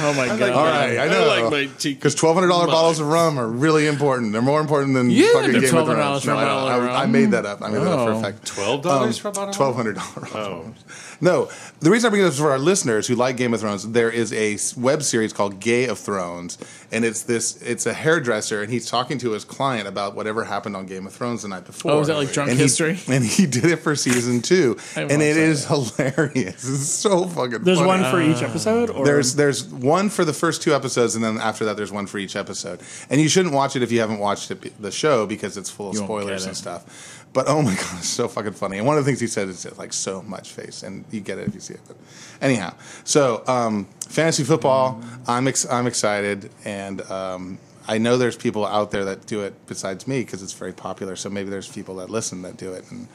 Oh my god! All right, I know. I like my tea. Because twelve hundred dollar bottles of rum are really important. They're more important than Yeah, fucking they're Game of $12 Thrones. for No, a I, don't. bottle of I- I rum. made that up. I made that up Oh. for a fact. Twelve dollars for a bottle. of um, Twelve wine? hundred dollars. No, the reason I bring this up is for our listeners who like Game of Thrones. There is a s- web series called Gay of Thrones, and it's this. It's a hairdresser, and he's talking to his client about whatever happened on Game of Thrones the night before. Oh, is that like Drunk And History? He, and he did it for season two, I and it is watched hilarious. It's so fucking. There's funny. one for each episode, or There's there's one for the first two episodes, and then after that, there's one for each episode. And you shouldn't watch it if you haven't watched it, the show because it's full of You won't spoilers get it. and stuff. But oh my god, it's so fucking funny. And one of the things he said is like so much face, and you get it if you see it. But anyhow, so um, fantasy football, I'm ex- I'm excited, and um, I know there's people out there that do it besides me because it's very popular. So maybe there's people that listen that do it, and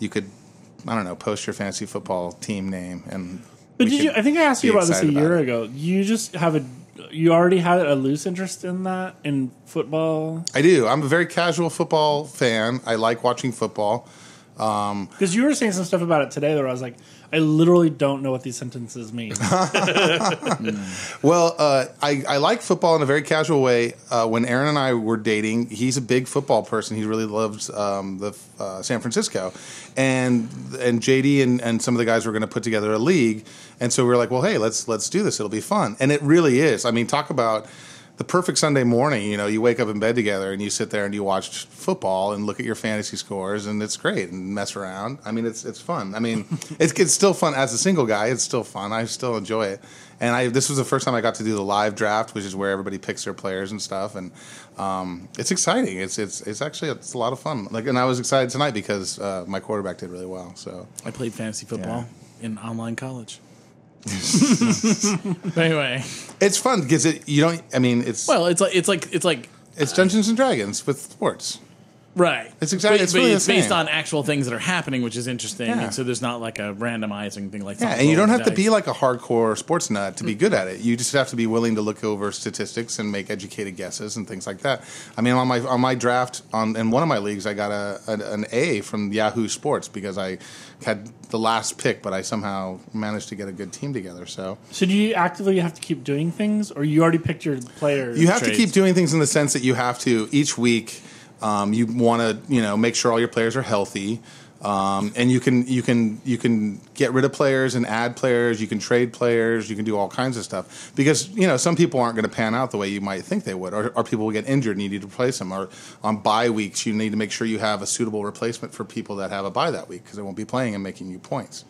you could. I don't know. Post your fantasy football team name, and But we did you? could I think I asked you be about this a excited about year it. ago. You just have a. You already had a loose interest in that in football I do. I'm a very casual football fan. I like watching football. because you were saying some stuff about it today. That I was like, I literally don't know what these sentences mean. Well, uh, I, I like football in a very casual way. Uh, when Aaron and I were dating, he's a big football person. He really loves um, the uh, San Francisco, and and JD and, and some of the guys were going to put together a league, and so we were like, well, hey, let's let's do this. It'll be fun, and it really is. I mean, talk about the perfect Sunday morning. You know, you wake up in bed together and you sit there and you watch football and look at your fantasy scores, and it's great and mess around. I mean, it's it's fun. I mean, it's it's still fun as a single guy. It's still fun. I still enjoy it. And I this was the first time I got to do the live draft, which is where everybody picks their players and stuff. And um, it's exciting. It's it's it's actually it's a lot of fun. Like, and I was excited tonight because uh, my quarterback did really well. So I played fantasy football in online college. but anyway, it's fun because it you don't. I mean, it's well, it's like it's like it's like it's Dungeons and Dragons with sports. right. It's exactly- But- it's but really the it's based same. on actual things that are happening, which is interesting. Yeah. And so there's not like a randomizing thing like Yeah, and you don't have to be like a hardcore sports nut to be good at it. You just have to be willing to look over statistics and make educated guesses and things like that. I mean, on my on my draft on in one of my leagues, I got a an, an A from Yahoo Sports because I had the last pick, but I somehow managed to get a good team together. So so do you actively have to keep doing things, or you already picked your players? you have to trades. keep doing things in the sense that you have to each week. Um, you want to you know make sure all your players are healthy, um, and you can you can you can get rid of players and add players. You can trade players. You can do all kinds of stuff because you know some people aren't going to pan out the way you might think they would, or, or people will get injured and you need to replace them. Or on bye weeks, you need to make sure you have a suitable replacement for people that have a bye that week because they won't be playing and making you points.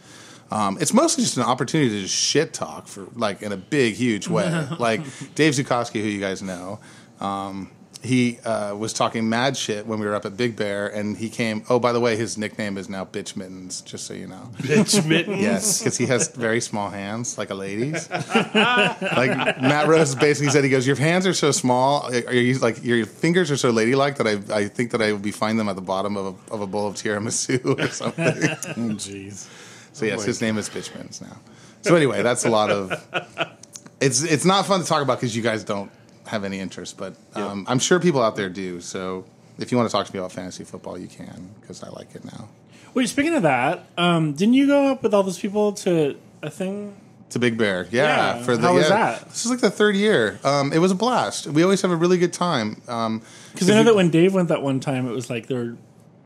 Um, it's mostly just an opportunity to just shit talk for like in a big, huge way. like Dave Zukowski, who you guys know, um, he uh, was talking mad shit when we were up at Big Bear, and he came. Oh, by the way, his nickname is now Bitch Mittens, just so you know. Bitch mittens. Yes, because he has very small hands, like a lady's. like Matt Rose basically said, he goes, "Your hands are so small. Are you like your fingers are so ladylike that I, I think that I would be find them at the bottom of a, of a bowl of tiramisu or something." Jeez. So yes, my his name is Bitchman's now. So anyway, that's a lot of. It's it's not fun to talk about because you guys don't have any interest, but um, I'm sure people out there do. So if you want to talk to me about fantasy football, you can because I like it now. Wait, speaking of that, um, didn't you go up with all those people to a thing? To Big Bear, yeah. Yeah, For the, how was yeah. that? This is like the third year. Um, it was a blast. We always have a really good time. Um, Because I know that when Dave went that one time, it was like there were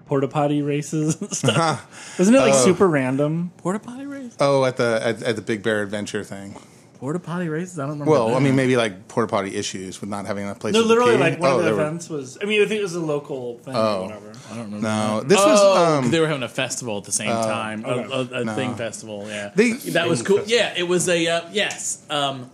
porta potty races Uh-huh. and stuff. Wasn't it like super random? Porta potty race? oh, at the at, at the Big Bear Adventure thing. Porta potty races? I don't remember. Well, that. I mean, maybe like porta potty issues with not having enough places. No, to literally, pee. like one Oh, of the there were- Oh. events was. I mean, I think it was a local thing or whatever. I don't remember. No, this Oh, was um, they were having a festival at the same time, a, a, a thing festival. Yeah, Oh, They- that was cool. Yeah, it was a uh, yes. Um,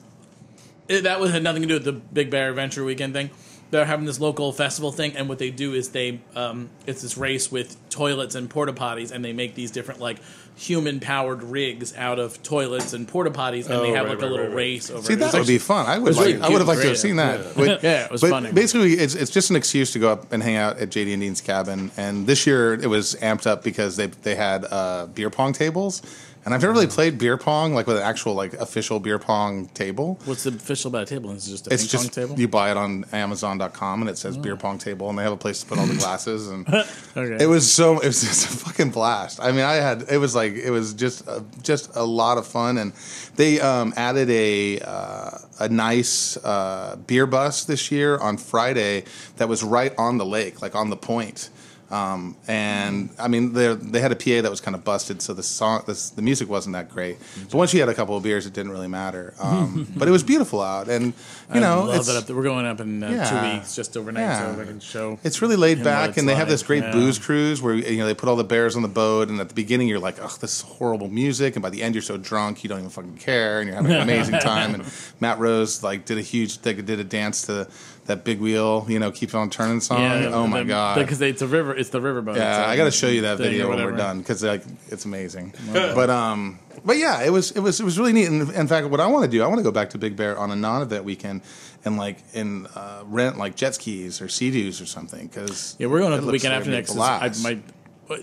it, that was had nothing to do with the Big Bear Adventure Weekend thing. They're having this local festival thing, and what they do is they um, it's this race with toilets and porta potties, and they make these different like human powered rigs out of toilets and porta potties, and they Oh, have right, like right, a little right, right. race over. See, it. It that was would actually- be fun. I would, was really like, I would have liked to cute have seen creative. that. But- Yeah, it was but funny. Basically, it's, it's just an excuse to go up and hang out at JD and Dean's cabin. And this year, it was amped up because they they had uh, beer pong tables. And I've never Mm. really played beer pong like with an actual like official beer pong table. What's the official about a table? It's just a It's ping pong just table. Oh. you buy it on Amazon.com and it says beer pong table, and they have a place to put all the glasses. And okay. it was so it was just a fucking blast. I mean, I had it was like it was just a, just a lot of fun, and they um, added a uh, a nice uh, beer bus this year on Friday that was right on the lake, like on the point. Um, and I mean, they they had a PA that was kind of busted, so the song, the, the music wasn't that great. But once you had a couple of beers, it didn't really matter. Um, but it was beautiful out, and you know, I it's- love that up there. We're going up in uh, Yeah. two weeks, just overnight, Yeah. so I can show. It's really laid And back, what and they it's have this like, great yeah. booze cruise where you know they put all the bears on the boat, and at the beginning you're like, "Ugh, this is horrible music," and by the end you're so drunk you don't even fucking care, and you're having an amazing time. And Matt Rose like did a huge like, did a dance to that big wheel, you know, keep on turning song. oh my god. Because it's a river. It's the riverboat. yeah, I got to show you that thing or video when we're whatever. done because like it's amazing. but um, but yeah, it was it was it was really neat. And in fact, what I want to do, I want to go back to Big Bear on a non-event weekend and like and uh, rent like jet skis or sea doos or something because Yeah, we're going up the weekend after next. 'cause I might.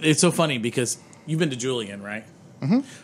It's so funny because you've been to Julian, right?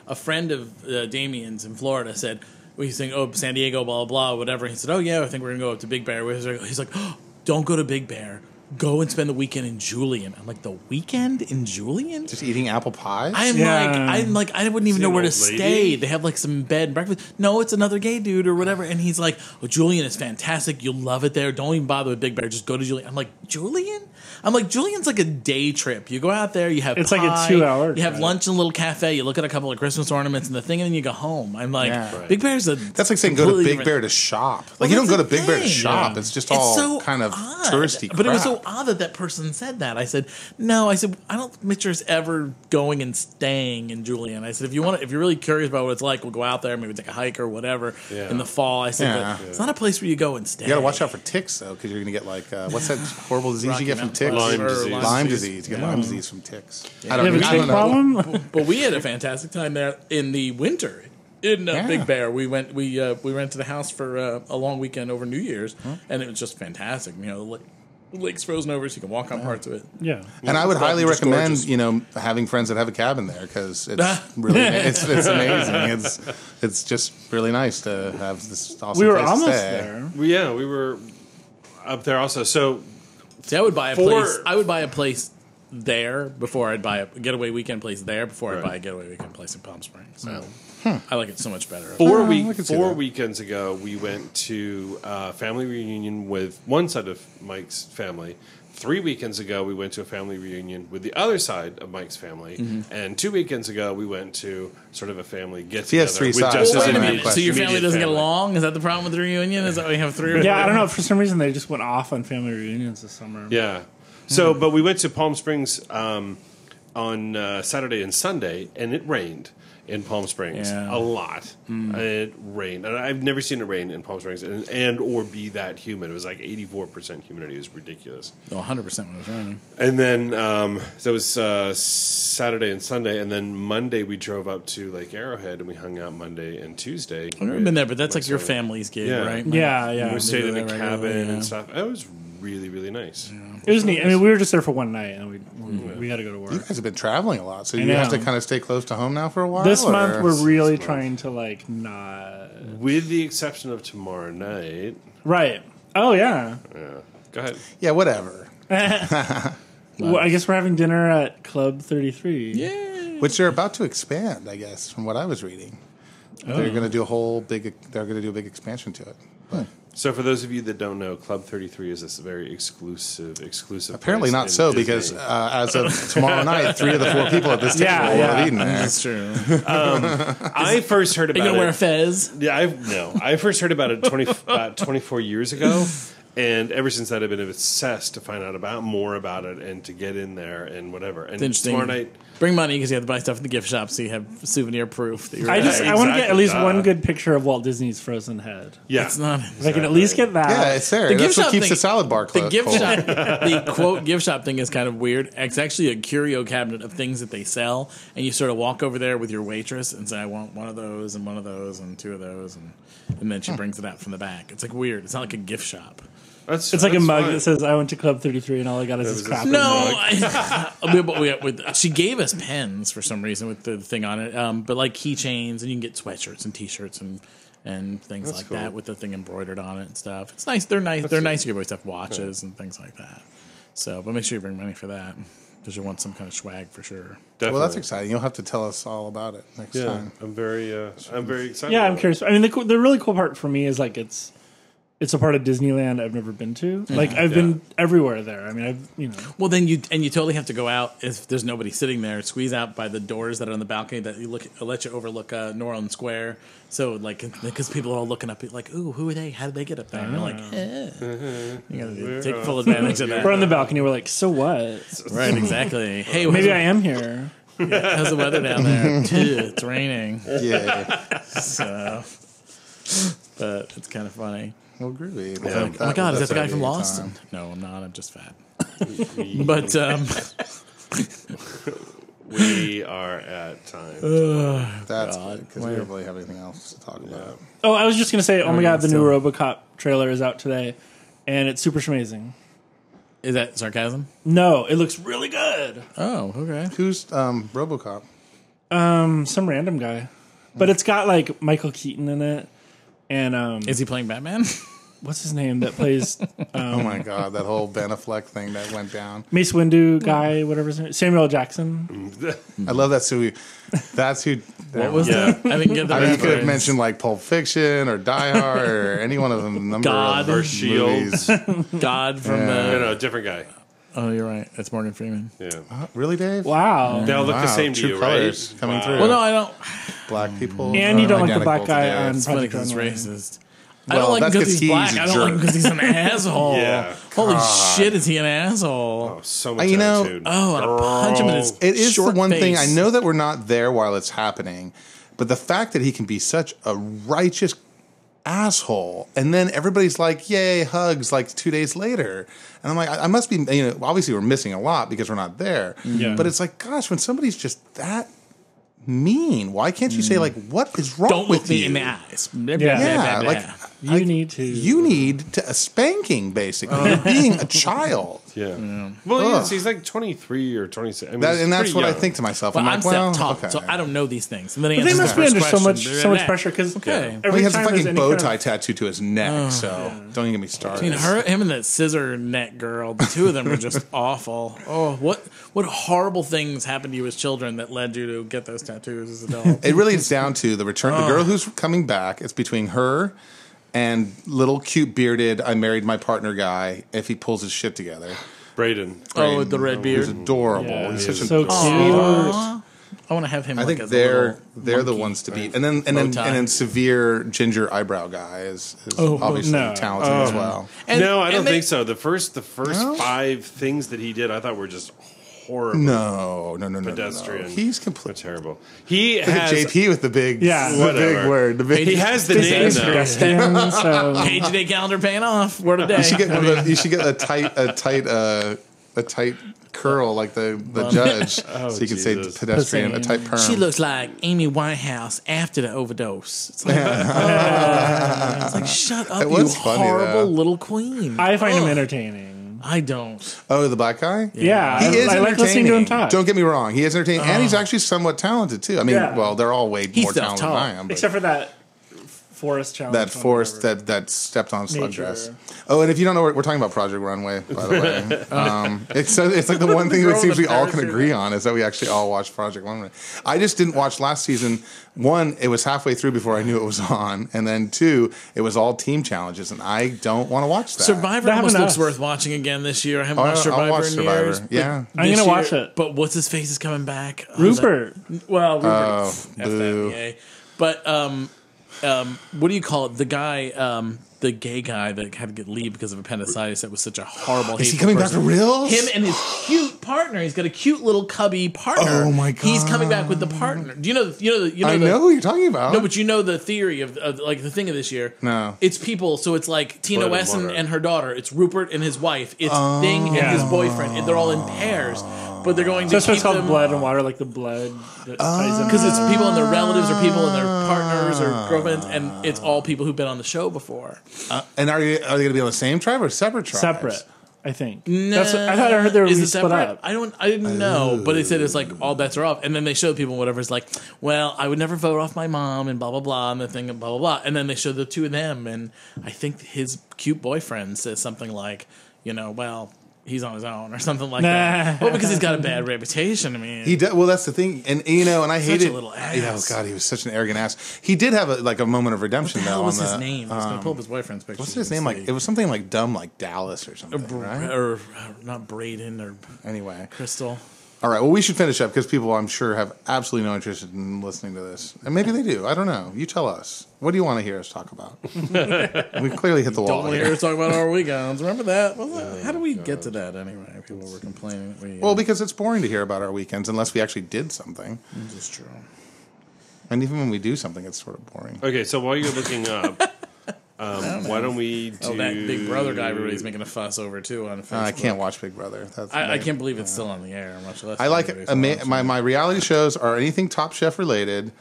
A friend of uh, Damien's in Florida said, "We think oh San Diego, blah blah blah, whatever." He said, "Oh yeah, I think we're gonna go up to Big Bear." We was like- He's like, oh, "Don't go to Big Bear. Go and spend the weekend in Julian." I'm like, "The weekend in Julian?" just eating apple pie. I'm Yeah. like, I'm like, I wouldn't even he know an where to old lady? stay. They have like some bed and breakfast. No, it's another gay dude or whatever. And he's like, oh, Julian is fantastic. You'll love it there. Don't even bother with Big Bear. Just go to Julian. I'm like, Julian? I'm like, Julian's like a day trip. You go out there, you have It's like a pie, two-hour You have trip. lunch in a little cafe. You look at a couple of Christmas ornaments and the thing, and then you go home. I'm like, Yeah. Right. Big Bear's a that's like saying go to completely Big different- Bear to shop. Like Well, you don't go that's to the Big Bear to thing. shop. It's just all so kind of odd. touristy. Crap. But it was so odd that that person said that. I said, no. I said, I don't picture us ever going and staying in Julian. I said, if you want, to, if you're really curious about what it's like, we'll go out there, maybe take a hike or whatever Yeah. in the fall. I said, Yeah. but it's not a place where you go and stay. You gotta watch out for ticks though, because you're gonna get like uh, what's that horrible disease Rocky you get from Mountain ticks? Lyme Or disease. Lyme disease. You get Lyme disease from ticks. I You have a I tick problem? But we had a fantastic time there in the winter. In uh, Yeah. Big Bear, we went we uh, we rented a house for uh, a long weekend over New Year's, and it was just fantastic. You know, the lake, the lake's frozen over, so you can walk on parts of it. yeah. And I would highly Just recommend gorgeous. you know having friends that have a cabin there because it's really it's, it's amazing. It's it's just really nice to have this awesome. We were place to almost stay. there. Well, yeah, we were up there also. So See, I would buy a For- place. I would buy a place there before I'd buy a getaway weekend place there before I'd Right. buy a getaway weekend place in Palm Springs. So I like it so much better. four Oh, I week can see four that. weekends ago, we went to a family reunion with one side of Mike's family. Three weekends ago, we went to a family reunion with the other side of Mike's family, Mm-hmm. and two weekends ago, we went to sort of a family get He together. has three sides, just his doesn't he? immediate- Question. So your immediate family doesn't get along? Is that the problem with the reunion? Is that we have three? Or Yeah, I four? don't know. For some reason, they just went off on family reunions this summer. Yeah. Mm-hmm. So, but we went to Palm Springs um, on uh, Saturday and Sunday, and it rained in Palm Springs Yeah. Mm. a lot. It rained, and I've never seen it rain in Palm Springs and, and or be that humid. It was like eighty four percent humidity. It was ridiculous. No, 100 percent when it's raining. And then um, that was uh, Saturday and Sunday, and then Monday we drove up to Lake Arrowhead and we hung out Monday and Tuesday. I've never been there, but that's like your So- family's gig, Yeah. right? Yeah, yeah. We stayed in a They do that cabin regularly, yeah. and stuff. It was really really nice. It was neat. I mean, we were just there for one night, and we Mm-hmm. we got to go to You work. guys have been traveling a lot, so you know. have to kind of stay close to home now for a while. This or- month, we're really trying to like not With the exception of tomorrow night. right. Oh yeah. Go ahead. yeah, whatever. Well, I guess we're having dinner at Club Thirty Three. Yeah. Which they're about to expand, I guess, from what I was reading. They're going to do a whole big. They're going to do a big expansion to it. So, for those of you that don't know, Club 33 is this very exclusive, exclusive. Apparently place not in so, Disney. because uh, as of tomorrow night, three of the four people at this table Yeah, will yeah. have eaten there. That's true. I first heard Are you about gonna wear a it. fez? Yeah, I no. I first heard about it 20, about 24 years ago, And ever since that, I've been obsessed to find out about more about it and to get in there and whatever. And It's interesting. tomorrow night, Bring money because you have to buy stuff in the gift shop, so you have souvenir proof that you're. I just I want to get at exactly. least one Uh, good picture of Walt Disney's frozen head. yeah, It's not. If I can at least get that. Yeah, it's there. That's what keeps the salad bar The closed. gift shop, the quote gift shop thing is kind of weird. It's actually a curio cabinet of things that they sell, and you sort of walk over there with your waitress and say, "I want one of those, and one of those, and two of those," and and then she brings it out from the back. It's like weird. It's not like a gift shop. That's, it's like a that's mug fine. that says I went to Club 33 and all I got is That was this crap. a- in it." No, I, we, we, with, she gave us pens for some reason with the thing on it, um, but like keychains, and you can get sweatshirts and T-shirts and and things like cool. that with the thing embroidered on it and stuff. It's nice. They're nice. They're nice. You give away stuff, watches and things like that. So, but make sure you bring money for that because you want some kind of swag for sure. Definitely. Well, that's exciting. You'll have to tell us all about it next Yeah, time. I'm very, uh, I'm very excited. Yeah, about I'm it. curious. I mean, the cool- the really cool part for me is like it's it's a part of Disneyland I've never been to. Like I've been everywhere there. I mean, I've you know Well, then you and you totally have to go out if there's nobody sitting there. Squeeze out by the doors that are on the balcony that you look let you overlook uh, New Orleans Square. So like because people are all looking up like, ooh, who are they? How did they get up there? And you're like, eh. you gotta take full advantage of we're on that. the balcony. We're like, so what? Right, exactly. Hey, Maybe I how's, am here. how's the weather down there? Dude, it's raining. Yeah. So, but it's kind of funny. well, groovy. Like, oh my god, is that the guy from Lost? Time. No, I'm not. I'm just fat. but um, We are at time. Uh. That's good because we don't really have anything else to talk about. Oh, I was just gonna say, oh my god, the new still- RoboCop trailer is out today, and it's super amazing. is that sarcasm? No, it looks really good. Oh, okay. Who's um, RoboCop? Um, some random guy, but it's got like Michael Keaton in it, and um, Is he playing Batman? what's his name that plays Oh my god, that whole Ben Affleck thing that went down. Mace Windu guy, whatever his name, Samuel L. Jackson. I love that Sui. That's who. What was Yeah. that? I didn't get the I mean, you could have reference. mentioned like Pulp Fiction or Die Hard or any one of the number God. of Or Or Shields. movies. no, God from the. no, different guy. Oh, you're right. That's Morgan Freeman. Yeah. Huh? Really, Dave? Wow. They all look the Wow, same to true you, colors right? coming Wow. through. Well, no, I don't. black people. And you are don't like the identical black guy to the on others. It's funny because it's Project racist. I Well, don't like that's him because 'cause he's, he's black. a I don't like him jerk. because he's an asshole. Yeah, Holy shit, is he an asshole? Oh, so much you know- attitude. Oh, and I punch him in his. It is short the one thing I face. know that we're not there while it's happening, but the fact that he can be such a righteous asshole, and then everybody's like, "Yay, hugs!" Like two days later, and I'm like, I, I must be, you know, obviously we're missing a lot because we're not there. Mm-hmm. Yeah. But it's like, gosh, when somebody's just that mean, why can't you Mm. say like, "What is wrong Don't with look me you?" in the eyes. Yeah, like You need to. you need to, a spanking basically. Uh. You're being a child. Yeah. Well, Ugh. yes, he's like 23 or 26. I mean, That, he's and that's pretty what I young. think to myself. But I'm, I'm like, well, self taught, okay. so I don't know these things. And then he But they answers must the be under first so much question. so much Yeah. pressure because Okay. every Well, he has a time there's fucking any bow kind tie of- tattooed to his neck, so don't even get me started. Oh, Between her, him, and that scissor neck girl, the two of them are just awful. Oh, what what horrible things happened to you as children that led you to get those tattoos as adults? It really is down to the return. Oh. The girl who's coming back. It's between her and little cute bearded. I married my partner guy. If he pulls his shit together, Braden. oh, with the red he's beard. adorable. Yeah, he's it's such so a cute. I want to have him. I like, think as a they're little they're the monkey. ones to beat, and then and then and tie. then severe ginger eyebrow guy is, is Oh, obviously no. Oh. talented as well. And- no, I and don't they- think so. The first, the first No? five things that he did, I thought were just horrible. No, no, no, no, no, Pedestrian. No. He's They're complete. terrible. He Look has. at JP with the big, Yeah. the big Whatever. word. The big He has the This name is though. Preston, so Page a day calendar paying off. Word of day. You should get one of the, you should get a tight a tight uh, a tight curl like the the judge, Oh, so you can Jesus. say pedestrian a tight perm. She looks like Amy Winehouse after the overdose. It's like, oh. It's like, shut up, It you was funny, horrible though. little queen. I find him Ugh. entertaining. I don't. oh, the black guy. Yeah, He I, is I like listening to him entertaining. talk. Uh-huh. Don't get me wrong; he is entertaining, and he's actually somewhat talented too. I mean, Yeah. well, they're all way more talented than self-taught. I am. but- Except for that forest challenge. that one, forced whatever. that that stepped on slug Nature. dress. Oh, and if you don't know, we're, we're talking about Project Runway, by the way. um, it's it's like the one thing that girl seems with we the all can parachute. agree on is that we actually all watched Project Runway. I just didn't watch last season. One, it was halfway through before I knew it was on, and then two, it was all team challenges, and I don't want to watch that. Survivor That almost happened to looks us. worth watching again this year. I haven't Oh, watched I'll- I'll Survivor watch in Survivor. years. but Yeah. I'm this gonna year- watch it. But what's his face is coming back? Oh, that- Rupert. Well, Rupert. Oh, F that boo. guy. But um, um, what do you call it? The guy, um, the gay guy that had to get leave because of appendicitis. That was such a horrible. Is he hateful coming back person. to Reels? Him and his cute partner. He's got a cute little cubby partner. Oh, my He's coming back with the partner. Do you know? The, you know. The, you know. I the, know who you're talking about. No, but you know the theory of, of like the thing of this year. No. it's people. So it's like Tina Blood and Wesson water. and her daughter. It's Rupert and his wife. It's Thing and Oh. his boyfriend. And they're all in pairs, but they're going to That's why keep it's called them blood and water, like the blood that Ah. ties in. because it's people and their relatives or people and their partners or girlfriends, and it's all people who've been on the show before. Uh, and are, you, are they going to be on the same tribe or separate tribes? separate. I think. That's what, I thought I heard they were Is gonna be it split separate? up. I don't. I didn't know, but they said it's like all bets are off, and then they show people whatever's like. Well, I would never vote off my mom and blah blah blah and the thing and blah blah blah, and then they show the two of them, and I think his cute boyfriend says something like, you know, well. He's on his own, or something like that. Well, because he's got a bad reputation. I mean, He did, well, that's the thing, and you know, and I hated. little Yeah, oh ass. god, he was such an arrogant ass. He did have a, like a moment of redemption what the though. hell on was his the- name? I was gonna pull up his boyfriend's picture. What's his name? Like it was something like dumb, like Dallas or something, right? or, or not Braden or Anyway, Crystal. all right. Well, we should finish up because people, I'm sure, have absolutely no interest in listening to this, and maybe they do. I don't know. You tell us. What do you want to hear us talk about? we clearly hit the Don't wall want to here. hear us talk about our weekends. Remember that? Well, how do we get to that anyway? People were complaining. That we, Well, because it's boring to hear about our weekends unless we actually did something, this is true. and even when we do something, it's sort of boring. Okay, so while you're looking up, um, why don't we do Oh, that Big Brother guy everybody's making a fuss over too on Facebook. I can't watch Big Brother. That's I, I can't believe it's still on the air. Much less. I like everybody's ama- watching. my my reality shows are anything Top Chef related,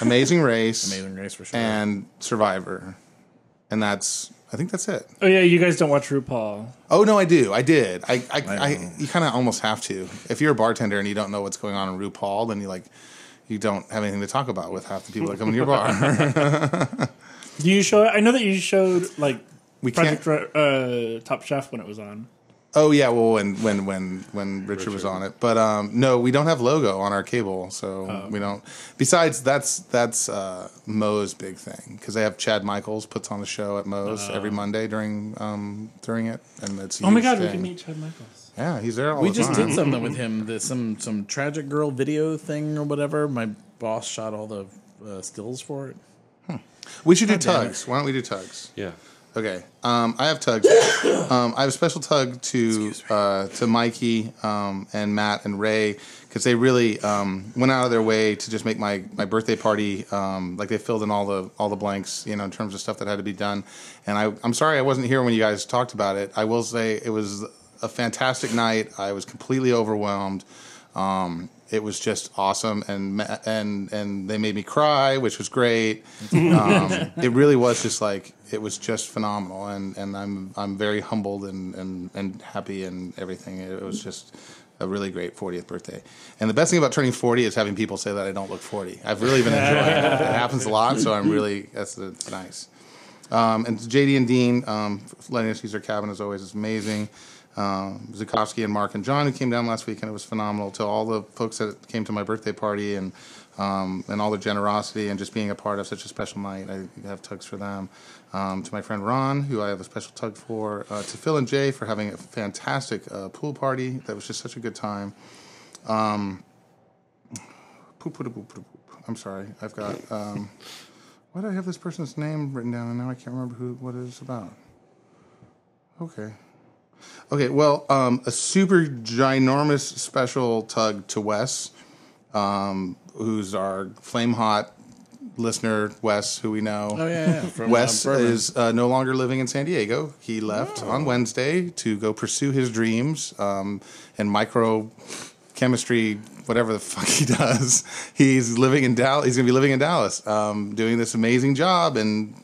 Amazing Race, Amazing Grace for sure. and Survivor, and that's I think that's it. Oh yeah, you guys don't watch RuPaul. Oh no, I do. I did. I I, Wow. I you kind of almost have to if you're a bartender and you don't know what's going on in RuPaul, then you like you don't have anything to talk about with half the people that come to your bar. Do you show? I know that you showed like We Project Re- uh, Top Chef when it was on. oh yeah, well when when when when Richard, was on it, but um no, we don't have logo on our cable, Oh, so we don't. Besides, that's that's uh, Moe's big thing because they have Chad Michaels puts on a show at Moe's every Monday during um during it, and it's a Oh my huge god, we thing. can meet Chad Michaels. Yeah, he's there all we the just time. did something with him. This some some tragic girl video thing or whatever. My boss shot all the uh, stills for it. We should do damn it. tugs. Why don't we do tugs? Yeah. Okay. Um, I have tugs. um, I have a special tug to uh, to Mikey um, and Matt and Ray because they really um, went out of their way to just make my, my birthday party um, like they filled in all the all the blanks you know in terms of stuff that had to be done. And I, I'm sorry I wasn't here when you guys talked about it. I will say it was a fantastic night. I was completely overwhelmed. Um, it was just awesome, and ma- and and they made me cry, which was great. Um, it really was just like it was just phenomenal, and, and I'm I'm very humbled and, and, and happy and everything. It was just a really great 40th birthday. And the best thing about turning 40 is having people say that I don't look 40. I've really been enjoying it. It happens a lot, so I'm really that's it's nice. Um, and JD and Dean um, for letting us use their cabin as always is amazing. Um, Zukowski and Mark and John who came down last weekend, it was phenomenal. To all the folks that came to my birthday party and um, and all the generosity and just being a part of such a special night, I have tugs for them. Um, to my friend Ron, who I have a special tug for. Uh, to Phil and Jay for having a fantastic uh, pool party that was just such a good time. Poop, poop, poop, poop, poop. I'm sorry, I've got. Um, why do I have this person's name written down and now I can't remember who what it is about? Okay. Okay, well, um, a super ginormous special tug to Wes, um, who's our flame hot listener, Wes, who we know. Oh yeah, yeah. From, uh, Wes Bourbon. is uh, no longer living in San Diego. He left Oh. on Wednesday to go pursue his dreams um, in microchemistry, whatever the fuck he does. He's living in Dallas. He's going to be living in Dallas, um, doing this amazing job and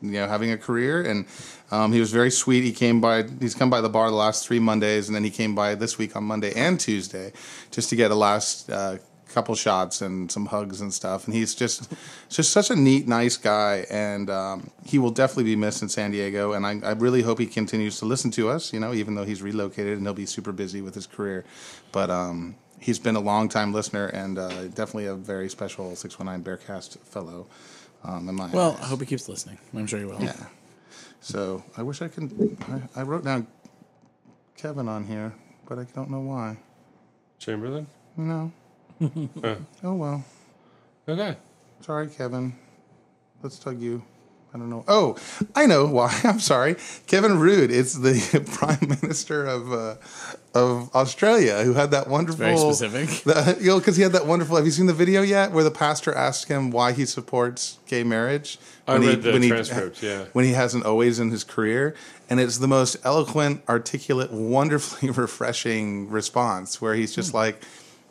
you know having a career. And um, he was very sweet. He came by. He's come by the bar the last three Mondays, and then he came by this week on Monday and Tuesday just to get a last. Uh, couple shots and some hugs and stuff. And he's just just such a neat, nice guy, and um, he will definitely be missed in San Diego. And I, I really hope he continues to listen to us. You know, even though he's relocated and he'll be super busy with his career, but. Um, He's been a long time listener and uh, definitely a very special 619 Bearcast fellow um, in my Well, I eyes. hope he keeps listening. I'm sure he will. Yeah. So I wish I could. I, I wrote down Kevin on here, but I don't know why. Chamberlain? No. oh well. Okay. Sorry, Kevin. Let's tug you. I don't know. Oh, I know why. I'm sorry. Kevin Rudd is the Prime Minister of uh, of Australia who had that wonderful very specific. the- you know, because he had that wonderful. Have you seen the video yet? Where the pastor asked him why he supports gay marriage. I when he- read the when he- transcript, yeah. when he hasn't always in his career, and it's the most eloquent, articulate, wonderfully refreshing response where he's just like.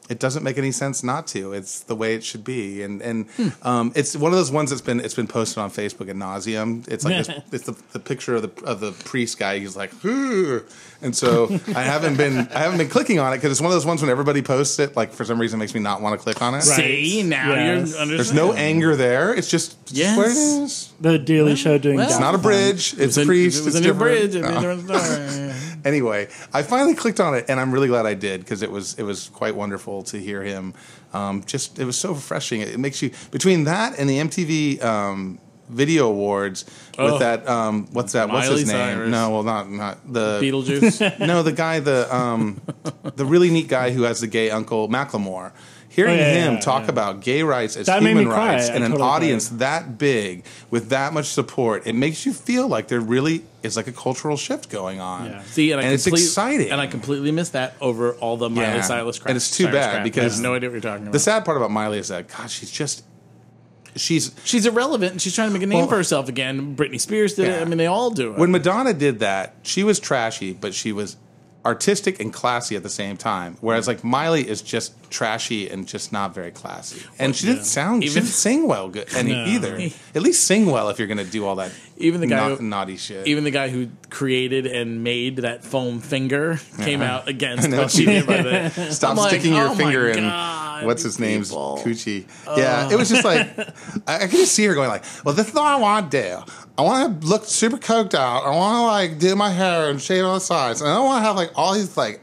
It doesn't make any sense not to. It's the way it should be, and and um, it's one of those ones that's been it's been posted on Facebook at nauseum. It's like this, it's the, the picture of the of the priest guy. He's like, "Ugh." and so I haven't been I haven't been clicking on it because it's one of those ones when everybody posts it, like for some reason it makes me not want to click on it. Right. See now Yes. you're understanding. There's no anger there. It's just it's just where it Yes. is. The Daily Show doing well. It's not a bridge. It's a priest. It was it's a new bridge. different. it'd be a different Oh. story. Anyway, I finally clicked on it, and I'm really glad I did because it was it was quite wonderful to hear him. Um, just it was so refreshing. It, it makes you between that and the MTV um, Video Awards with that um, what's that? what's Oh. Miley his name? Cyrus. No, well, not not the Beetlejuice. no, the guy, the um, the really neat guy who has the gay uncle, Macklemore. Hearing Oh, yeah, him yeah, talk yeah. about gay rights as That made human me cry. rights I in an totally audience that big with that much support, it makes you feel like there really is like a cultural shift going on. Yeah. See, and, I And it's complete- exciting. And I completely missed that over all the Miley Yeah. Cyrus crap. And it's too Cyrus bad crap. because I have no idea what you're talking about. The sad part about Miley is that God, she's just she's she's irrelevant, and she's trying to make a name Well- for herself again. Britney Spears did it. Yeah. I mean, they all do it. when Madonna did that, she was trashy, but she was artistic and classy at the same time. Whereas like Miley is just trashy and just not very classy. And she didn't sound, she Even- didn't sing well good any either. At least sing well if you're going to do all that. Even the guy na- who- naughty shit. even the guy who created and made that foam finger came out against know. what she did by the Stop I'm like, sticking your "Oh my finger in God, what's his name's people." coochie. Yeah, it was just like I, I could just see her going like, "Well, this is what I want to do. I want to look super coked out. I want to like do my hair and shave on the sides, and I don't want to have like all these like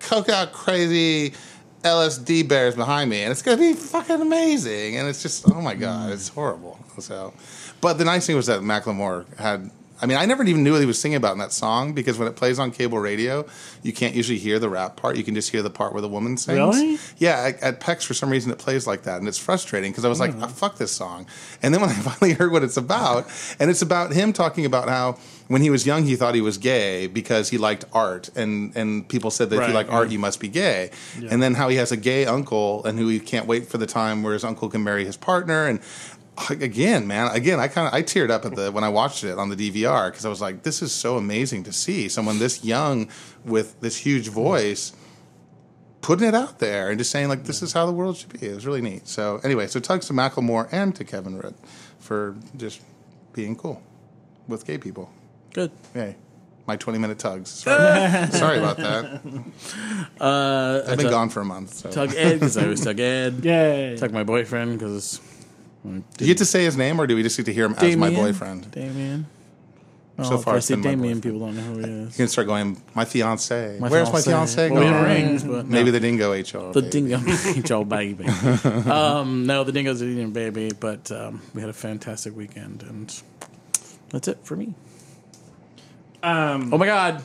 coked out crazy." LSD bears behind me, and it's gonna be fucking amazing. And it's just, oh my god, it's horrible. So, but the nice thing was that Macklemore had. I mean, I never even knew what he was singing about in that song because when it plays on cable radio, you can't usually hear the rap part. You can just hear the part where the woman sings. Really? Yeah, at, at PEX for some reason it plays like that, and it's frustrating because I was like, Mm-hmm. oh, "Fuck this song." And then when I finally heard what it's about, and it's about him talking about how when he was young he thought he was gay because he liked art, and and people said that if Right, you like yeah. art you must be gay, and then how he has a gay uncle and who he can't wait for the time where his uncle can marry his partner and. Again, man. Again, I kind of I teared up at the when I watched it on the DVR because I was like, "This is so amazing to see someone this young with this huge Mm-hmm. voice putting it out there and just saying like this is how the world should be. It was really neat. So anyway, so tugs to Macklemore and to Kevin Rudd for just being cool with gay people. good. Yay. My 20 minute tugs. Sorry, Sorry about that. Uh, I've been tug- gone for a month. So. Tug Ed because I always tug Ed. Yay. Tug my boyfriend because Do you get to say his name or do we just get to hear him as my boyfriend? You Damien. So Oh, far I it's see been my Damien. boyfriend. People don't know who he is. can start going, my fiance. Where's my fiance Well, we going? have rings, but no. Maybe the dingo ate y'all. The baby. dingo, Joe baby. um, no, the dingo's an Indian baby, but um, we had a fantastic weekend, and that's it for me. Um, Oh my god!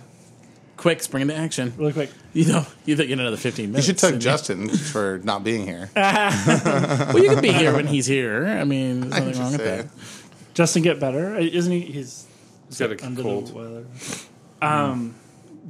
Quick, spring into action. really quick. You know, you think you get another fifteen You minutes. should tug and- Justin for not being here. Well, you can be here when he's here. I mean, there's I'm nothing wrong just with that. saying. Justin get better, Uh, isn't he? He's He's got a under the cold. weather. Um,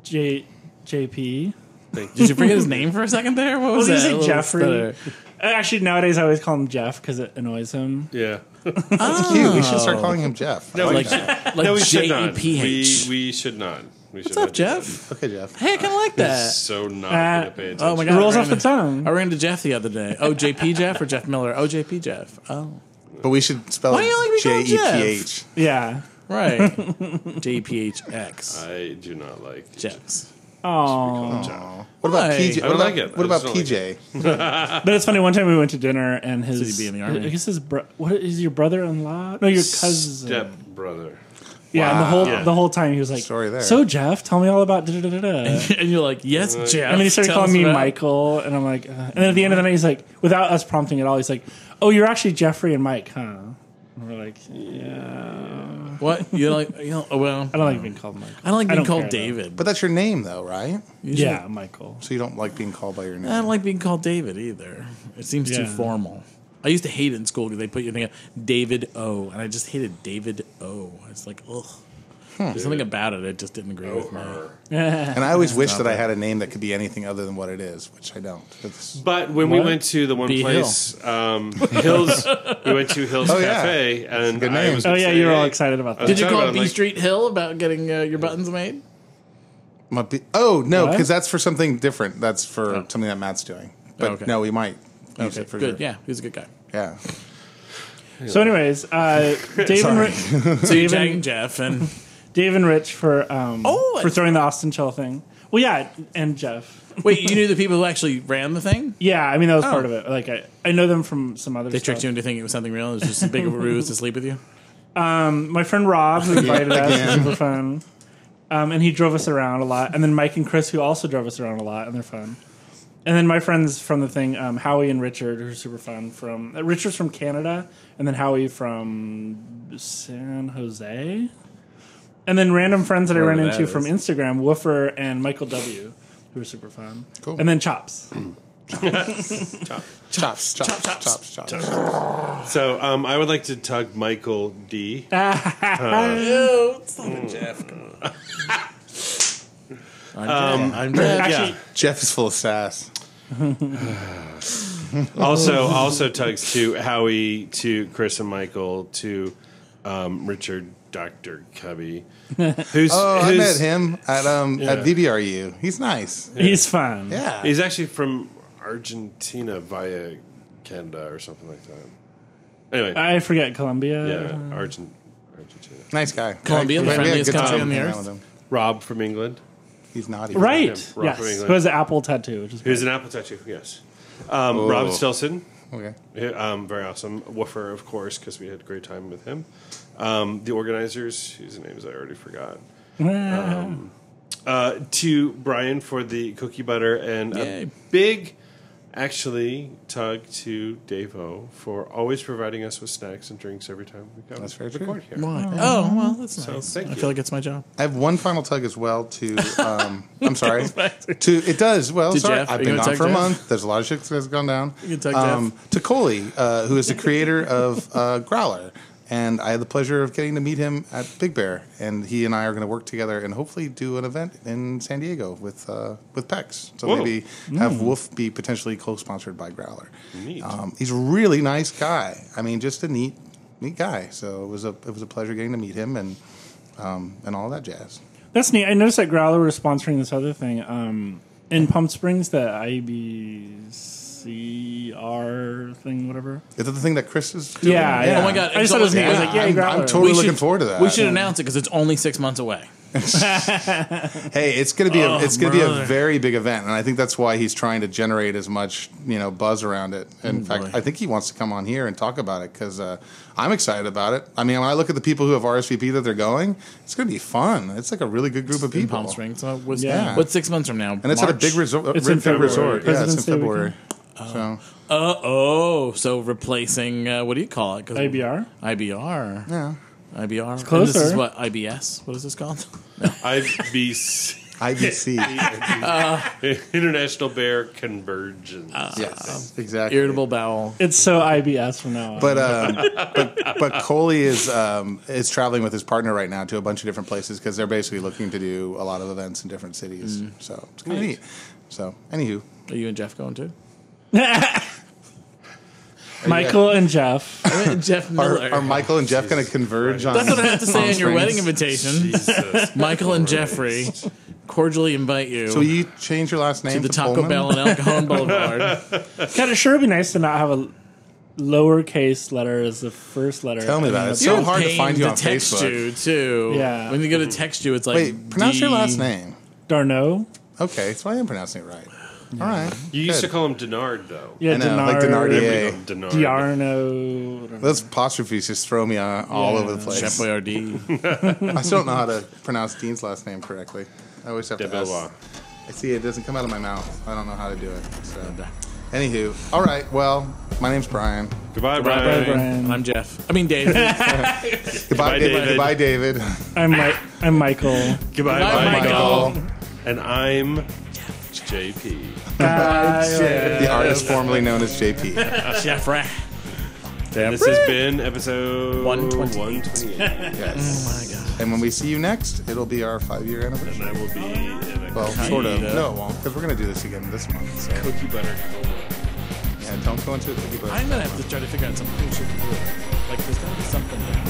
J JP. Did you forget his name for a second there? What was Was he that? say Little Jeffrey? stutter. Actually, nowadays I always call him Jeff because it annoys him. Yeah. It's cute. We should Oh. start calling him Jeff. I No, like we that. Like No, we should J E not. P We, H. we should not. We should What's up, not. Jeff? Okay, Jeff. Hey, I kind of like that. So not Uh, going to pay attention. Oh my It god! rolls I off ran the into- tongue. I ran to Jeff the other day. Oh, JP Jeff or Jeff Miller? Oh, JP Jeff. Oh, But we should spell Why do you like me it J called E P Jeff? H. Yeah. right. JPHX. I do not like these. Jeffs. Oh. What about Why? PJ? I don't What about, like it. What I about just don't like PJ? But it's funny. One time we went to dinner and his. he'd be in the army. I guess his bro- what is your brother-in-law? No, your cousin. Step brother. Yeah, and the whole Wow. the whole time he was like, Story there. "So Jeff, tell me all about." da da da da da." and you're like, Uh, yes, Jeff. And then he started Tell calling us me about- Michael, and I'm like, uh, and then at the end of the night, he's like, without us prompting at all, he's like, "Oh, you're actually Jeffrey and Mike, huh?" And we're like, What you don't like? You know, oh well, "I don't like being called Michael. I don't like being don't called care, though. David. But that's your name, though, right? Usually- Yeah, Michael. Um, So you don't like being called by your name. I don't like being called David either. It seems too Yeah. formal. I used to hate it in school because they put your thing up David O, and I just hated David O. It's like ugh. Hmm. There's something about it that just didn't agree Oh, with me. Oh. And I always wish that I had a name that could be anything other than what it is, which I don't. It's- But when we What? went to the one Bee place, um, Hills, we went to Hills Oh, yeah. Cafe, and good I name. was Oh yeah, you were all excited. excited about that. Did you Sorry call about it it, B Mike. Street Hill about getting uh, your buttons made? my be- oh no, What? because that's for something different. That's for Oh. something that Matt's doing. But Okay. no, we might use it for good. sure. Yeah, he was a good guy. Yeah. So, anyways, uh, Dave, and Ri- So you Jack Even- Jeff and Dave and Rich for um, Oh, for it's- throwing the Austin Chell thing. Well, yeah, and Jeff. wait, you knew the people who actually ran the thing? Yeah, I mean that was Oh. part of it. Like I, I know them from some other. They tricked you into thinking it was something real. It was just a big ruse to sleep with you. My friend Rob who invited us was Again. super fun, um, and he drove us around a lot. And then Mike and Chris who also drove us around a lot, and they're fun. And then my friends from the thing, um, Howie and Richard, who are super fun. From uh, Richard's from Canada, and then Howie from San Jose, and then random friends that I ran Wherever that into from is. Instagram, Woofer and Michael W, who were super fun. Cool. And then Chops. Chops, chops, chops, chops, chops. So um, I would like to tug Michael D. Uh, Oh, something Jeff. I'm, Jeff. I'm Jeff. Actually, Jeff is full of sass. Also, also tugs to Howie, to Chris and Michael, to um, Richard, Doctor Cubby, who's Oh, I who's- met him at um Yeah. at VBRU. He's nice. he's fun. Yeah. He's actually from Argentina via Canada or something like that. Anyway, I forget Columbia. yeah, Argent, Argentina. nice guy. Colombia, the We had a friendliest good country time on the hanging out earth. with him. Rob from England, He's naughty. Right. Yeah, Rob from yes. England. Who has an apple tattoo? Which is who's an apple tattoo. Yes, um, Rob Stilson. Okay. Yeah, um, very awesome. Woofer, of course, because we had a great time with him. Um, the organizers, whose names I already forgot. Uh, to Brian for the cookie butter and Yay. a big, actually, tug to Dave O for always providing us with snacks and drinks every time we come. That's very true. record here. Why? Oh, well, that's nice. thank I you. feel like it's my job. I have one final tug as well to. Um, I'm sorry. to it does well. To sorry, Jeff. I've Are you been gonna gone tug for a Jeff? month. There's a lot of shit that's gone down. Um, You can tug To Coley, uh, who is the creator of uh, Growler, and I had the pleasure of getting to meet him at Big Bear, and he and I are going to work together and hopefully do an event in San Diego with uh, with Pex. So Whoa. Hmm. maybe have Wolf be potentially co-sponsored by Growler. Neat. Um, he's a really nice guy. I mean, just a neat neat guy. So it was a it was a pleasure getting to meet him and um, and all that jazz. That's neat. I noticed that Growler was sponsoring this other thing. Um, in Pump Springs, the IBCR thing, whatever. Is that the thing that Chris is doing? Yeah, yeah. Oh my God, I just it's thought it always- was neat. I was yeah, like, yay, I'm, Growler. I'm totally We looking should- forward to that. We should announce it because it's only six months away. Hey, it's gonna be a, Oh, it's gonna be a brother. very big event, and I think that's why he's trying to generate as much you know buzz around it. In fact, boy. I think he wants to come on here and talk about it because uh, I'm excited about it. I mean, when I look at the people who have RSVP that they're going, it's gonna be fun. It's like a really good group of In people. Palm Springs. So what's, Yeah. what's six months from now? And it's at a big resort. It's in February. Resort. Yeah, it's in President's Day February. So Uh oh. So replacing, uh, what do you call it? 'Cause- IBR? IBR. yeah, IBR. It's this closer. is what? IBS? What is this called? IBC, IBC. International Bear Convergence. Uh. yes, exactly. Irritable bowel. It's so IBS from now on. But, um, but but Coley is um, is traveling with his partner right now to a bunch of different places because they're basically looking to do a lot of events in different cities. Mm. So it's kind of neat. So anywho, Are you and Jeff going too? Michael and Jeff. Jeff are, Miller. are Michael and Jeff going to converge on? That's what I have to say on your Springs. wedding invitation. Jesus. Michael and Jeffrey cordially invite you so you change your last name to to, the Taco Pullman? Bell and El Cajon Boulevard. God, it sure would be nice to not have a lowercase letter as the first letter. Tell me And about then it. It's the- so You're hard to paying find you on text Facebook. You too. Yeah. When you go to text you, it's like Wait, pronounce your D- last name. Darno. Okay, so I am pronouncing it right. All right. You used Good. to call him Denard, though. Yeah, I know, like Denard. Denardier. We call him Denard. Diarno. whatever. Those apostrophes just throw me uh, all Yeah. over the place. Chef Boyardee. I still don't know how to pronounce Dean's last name correctly. I always have De to ask. Belvoir. I see it doesn't come out of my mouth. I don't know how to do it. So, anywho, all right. Well, my name's Brian. Goodbye, Bye, Brian. Brian. and I'm Jeff. I mean Dave. Bye, Goodbye, David. David. Goodbye, David. I'm, Mi- I'm Michael. Goodbye, Michael. Michael. And I'm JP. Bye. Oh The artist formerly known as JP. Jeff Rath. Damn. This has been episode 128. 128. Yes. Oh my god. And when we see you next, it'll be our five year anniversary. and I will be in a Well, sort of. Kinda. No, it won't, because we're gonna do this again this month. So cookie butter. yeah, don't go into a cookie butter. I'm gonna have to try to figure out something. Like, there's gotta be something. That